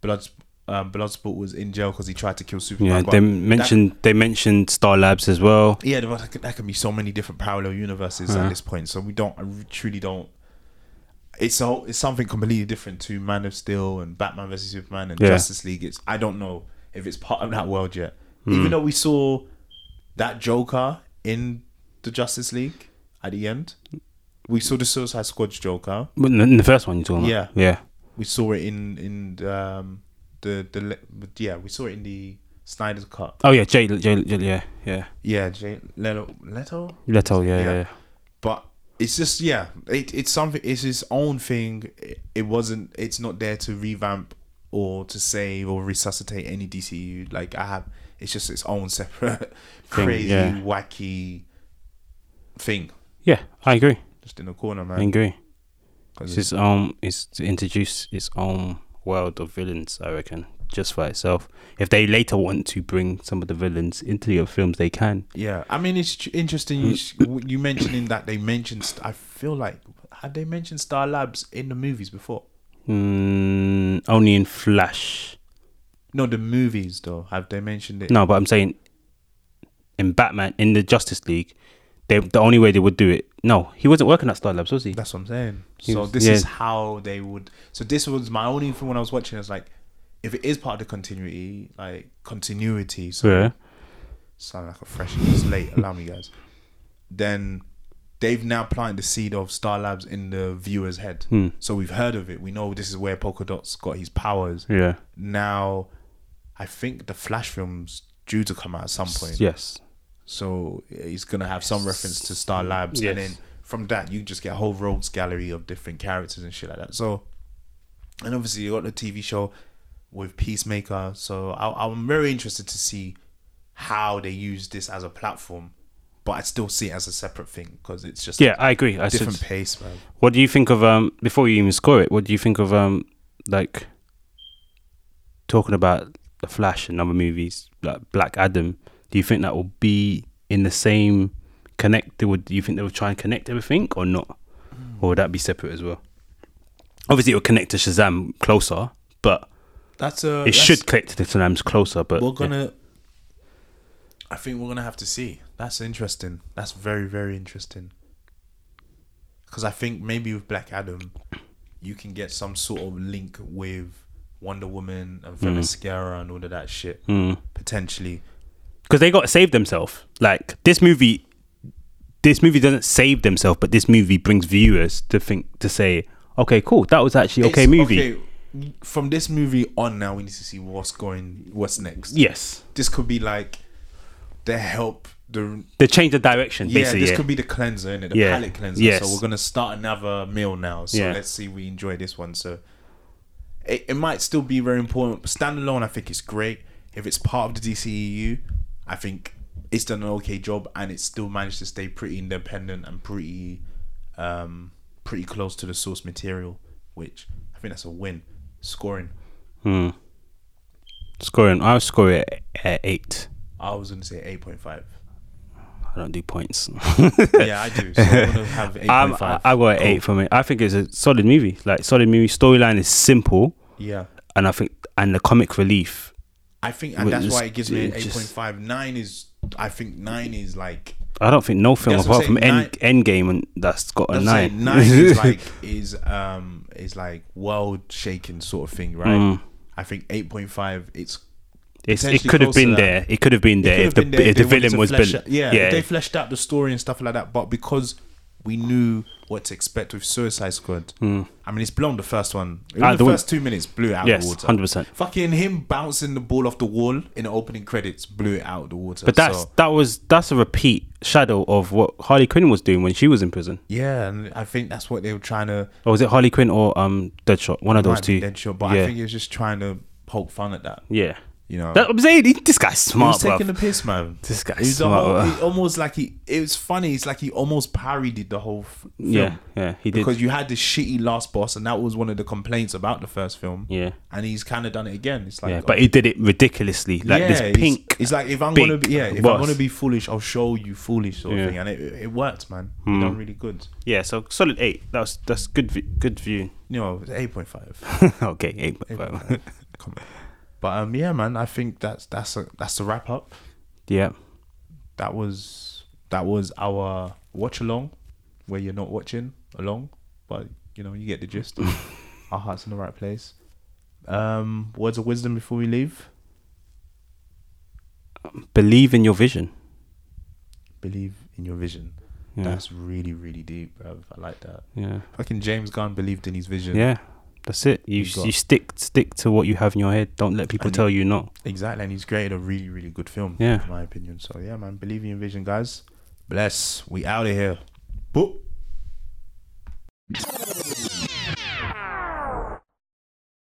Speaker 5: Bloods, um, Bloodsport was in jail because he tried to kill Superman.
Speaker 3: Yeah,
Speaker 5: but
Speaker 3: they
Speaker 5: that-
Speaker 3: mentioned they mentioned Star Labs as well.
Speaker 5: yeah, there was- that can, that can be so many different parallel universes at this point. So we don't, I re- truly don't. It's a, whole- it's something completely different to Man of Steel and Batman versus Superman and
Speaker 3: Yeah.
Speaker 5: Justice League. It's I don't know if it's part of that world yet. Even though we saw that Joker in the Justice League at the end, we saw the Suicide Squad's Joker.
Speaker 3: But In the- in the first one, you're talking
Speaker 5: Yeah.
Speaker 3: about. Yeah.
Speaker 5: We saw it in in um, the the le- yeah we saw it in the Snyder's cut.
Speaker 3: Oh yeah, Jay, Jay, Jay yeah, yeah.
Speaker 5: Yeah, Jay Leto Leto
Speaker 3: Leto, yeah, yeah.
Speaker 5: Yeah.
Speaker 3: yeah.
Speaker 5: but it's just yeah it, it's something it's his own thing it, it wasn't it's not there to revamp or to save or resuscitate any dcu like i have it's just its own separate
Speaker 3: Thing,
Speaker 5: crazy
Speaker 3: yeah.
Speaker 5: wacky thing
Speaker 3: Yeah, I agree.
Speaker 5: just in the corner
Speaker 3: I
Speaker 5: man
Speaker 3: agree.
Speaker 5: 'Cause
Speaker 3: It's its own. It's to introduce its own world of villains. I reckon just for itself. If they later want to bring some of the villains into your films, they can.
Speaker 5: yeah i mean it's tr- interesting
Speaker 3: Mm.
Speaker 5: you, sh- you mentioning that they mentioned st- i feel like have they mentioned star labs in the movies before
Speaker 3: Mm, only in Flash.
Speaker 5: no the movies though have they mentioned it
Speaker 3: No, but I'm saying in Batman, in the Justice League, they the only way they would do it. No, he wasn't working at Star Labs, was he?
Speaker 5: That's what I'm saying.
Speaker 3: He
Speaker 5: So
Speaker 3: was-
Speaker 5: this
Speaker 3: yeah.
Speaker 5: is how they would. So this was my only thing when I was watching. It's like, if it is part of the continuity, like continuity, so
Speaker 3: Yeah.
Speaker 5: sound like a fresh slate. Allow me, guys. Then they've now planted the seed of Star Labs in the viewer's head.
Speaker 3: Hmm.
Speaker 5: So we've heard of it. We know this is where Polka Dot's got his powers.
Speaker 3: Yeah.
Speaker 5: Now, I think the Flash film's due to come out at some point.
Speaker 3: Yes.
Speaker 5: So he's gonna have some reference to Star Labs, and
Speaker 3: Yes.
Speaker 5: then from that you just get a whole rogues gallery of different characters and shit like that. So, and obviously you got the TV show with Peacemaker. So I, I'm very interested to see how they use this as a platform, but I still see it as a separate thing because it's just
Speaker 3: Yeah, I agree. I
Speaker 5: a different
Speaker 3: said,
Speaker 5: pace, man.
Speaker 3: what do you think of um before you even score it? What do you think of um like talking about the Flash and other movies like Black Adam? Do you think that will be in the same connect? They would. Do you think they will try and connect everything or not, or would that be separate as well? Obviously, it will connect to Shazam closer, but
Speaker 5: That's a
Speaker 3: it should connect to the Shazam's closer. But
Speaker 5: We're gonna. I think we're gonna have to see. That's interesting. That's very very interesting. Because I think maybe with Black Adam, you can get some sort of link with Wonder Woman and
Speaker 3: Mm.
Speaker 5: Themyscira and all of that shit potentially.
Speaker 3: because they got to save themselves. Like this movie, this movie doesn't save themselves, but this movie brings viewers to think to say, okay, cool, that was actually okay
Speaker 5: It's-
Speaker 3: movie.
Speaker 5: okay, from this movie on, now we need to see what's going, what's next.
Speaker 3: Yes,
Speaker 5: This could be like the help, the
Speaker 3: they changed the direction.
Speaker 5: Yeah,
Speaker 3: basically,
Speaker 5: this
Speaker 3: yeah.
Speaker 5: could be the cleanser, innit? The
Speaker 3: Yeah.
Speaker 5: palate cleanser.
Speaker 3: Yes.
Speaker 5: So we're gonna start another meal now. So
Speaker 3: Yeah.
Speaker 5: let's see we enjoy this one. So it, it might still be very important. Standalone, I think it's great. If it's part of the DCEU, I think it's done an okay job and it still managed to stay pretty independent and pretty um pretty close to the source material, which I think that's a win. Scoring.
Speaker 3: scoring. I'll score it at eight.
Speaker 5: I was gonna say eight point five.
Speaker 3: I don't do points.
Speaker 5: Yeah, I do. So I'm gonna have eight
Speaker 3: I'm,
Speaker 5: point
Speaker 3: I,
Speaker 5: five.
Speaker 3: Um, I got an eight from it. I think it's a solid movie. Like solid movie storyline is simple,
Speaker 5: Yeah.
Speaker 3: and I think and the comic relief.
Speaker 5: I think, and
Speaker 3: Well,
Speaker 5: that's
Speaker 3: it's-
Speaker 5: why it gives me an
Speaker 3: it
Speaker 5: eight
Speaker 3: just-
Speaker 5: point five. Nine is, I think, nine is like
Speaker 3: I don't think no film
Speaker 5: That's what
Speaker 3: apart
Speaker 5: I'm
Speaker 3: from
Speaker 5: saying,
Speaker 3: End Endgame and that's got a
Speaker 5: I'm
Speaker 3: nine.
Speaker 5: saying nine is like is um is like world shaking sort of thing, right?
Speaker 3: Mm.
Speaker 5: I think eight point five. It's
Speaker 3: It's, it
Speaker 5: potentially
Speaker 3: could have
Speaker 5: close to
Speaker 3: been
Speaker 5: that.
Speaker 3: there. It could have been
Speaker 5: it
Speaker 3: there
Speaker 5: could
Speaker 3: if
Speaker 5: have
Speaker 3: the
Speaker 5: been there
Speaker 3: if the
Speaker 5: they wanted
Speaker 3: villain
Speaker 5: to
Speaker 3: was
Speaker 5: flesh
Speaker 3: built.
Speaker 5: out- yeah, if they fleshed out the story and stuff like that. But because we knew what to expect with Suicide Squad, I mean, it's blown the first one. Even
Speaker 3: Mm. Ah,
Speaker 5: the,
Speaker 3: the one-
Speaker 5: first two minutes blew it out
Speaker 3: Yes,
Speaker 5: of the water.
Speaker 3: 100%.
Speaker 5: Fucking him bouncing the ball off the wall in the opening credits blew it out of the water.
Speaker 3: but that's
Speaker 5: So-
Speaker 3: that was that's a repeat shadow of what Harley Quinn was doing when she was in prison.
Speaker 5: Yeah, and I think that's what they were trying to.
Speaker 3: Or was it Harley Quinn or um Deadshot? One of
Speaker 5: Might
Speaker 3: those
Speaker 5: be
Speaker 3: two.
Speaker 5: Deadshot, but
Speaker 3: yeah.
Speaker 5: I think he was just trying to poke fun at that.
Speaker 3: yeah.
Speaker 5: You know,
Speaker 3: That, I'm saying he- this guy's
Speaker 5: he
Speaker 3: smart,
Speaker 5: was taking
Speaker 3: bro.
Speaker 5: the piss, man.
Speaker 3: This guy's
Speaker 5: He's
Speaker 3: smart.
Speaker 5: almost,
Speaker 3: bruv.
Speaker 5: he almost like he. It was funny. It's like he almost parodied the whole f- film.
Speaker 3: Yeah, yeah, he did.
Speaker 5: because you had the shitty last boss, and that was one of the complaints about the first film.
Speaker 3: Yeah.
Speaker 5: and he's kind of done it again. It's like,
Speaker 3: yeah, but he did it ridiculously, like
Speaker 5: Yeah,
Speaker 3: this
Speaker 5: it's-
Speaker 3: pink.
Speaker 5: It's, like if I'm
Speaker 3: big
Speaker 5: gonna be, yeah, if
Speaker 3: boss.
Speaker 5: I'm gonna be foolish, I'll show you foolish sort
Speaker 3: Yeah. Hmm.
Speaker 5: of thing, and it it worked, man. He done really good.
Speaker 3: Yeah, so solid eight. That's that's good. vi- Good view.
Speaker 5: You know, it's eight point five.
Speaker 3: okay, eight. but- but-
Speaker 5: Come on. But um, yeah, man, I think that's that's a that's the wrap up.
Speaker 3: yeah,
Speaker 5: That was that was our watch along, where you're not watching along, but you know you get the gist. our hearts in the right place. Um, words of wisdom before we leave.
Speaker 3: believe in your vision.
Speaker 5: Believe in your vision.
Speaker 3: Yeah.
Speaker 5: That's really really deep, bruv. I like that.
Speaker 3: Yeah,
Speaker 5: Fucking James Gunn believed in his vision.
Speaker 3: yeah. That's it. You
Speaker 5: You got-
Speaker 3: you stick stick to what you have in your head. Don't let people
Speaker 5: And
Speaker 3: tell you not.
Speaker 5: Exactly, and he's created a really, really good film.
Speaker 3: Yeah.
Speaker 5: in my opinion. So yeah, man, believe in your vision, guys. Bless. We out of here. Boop.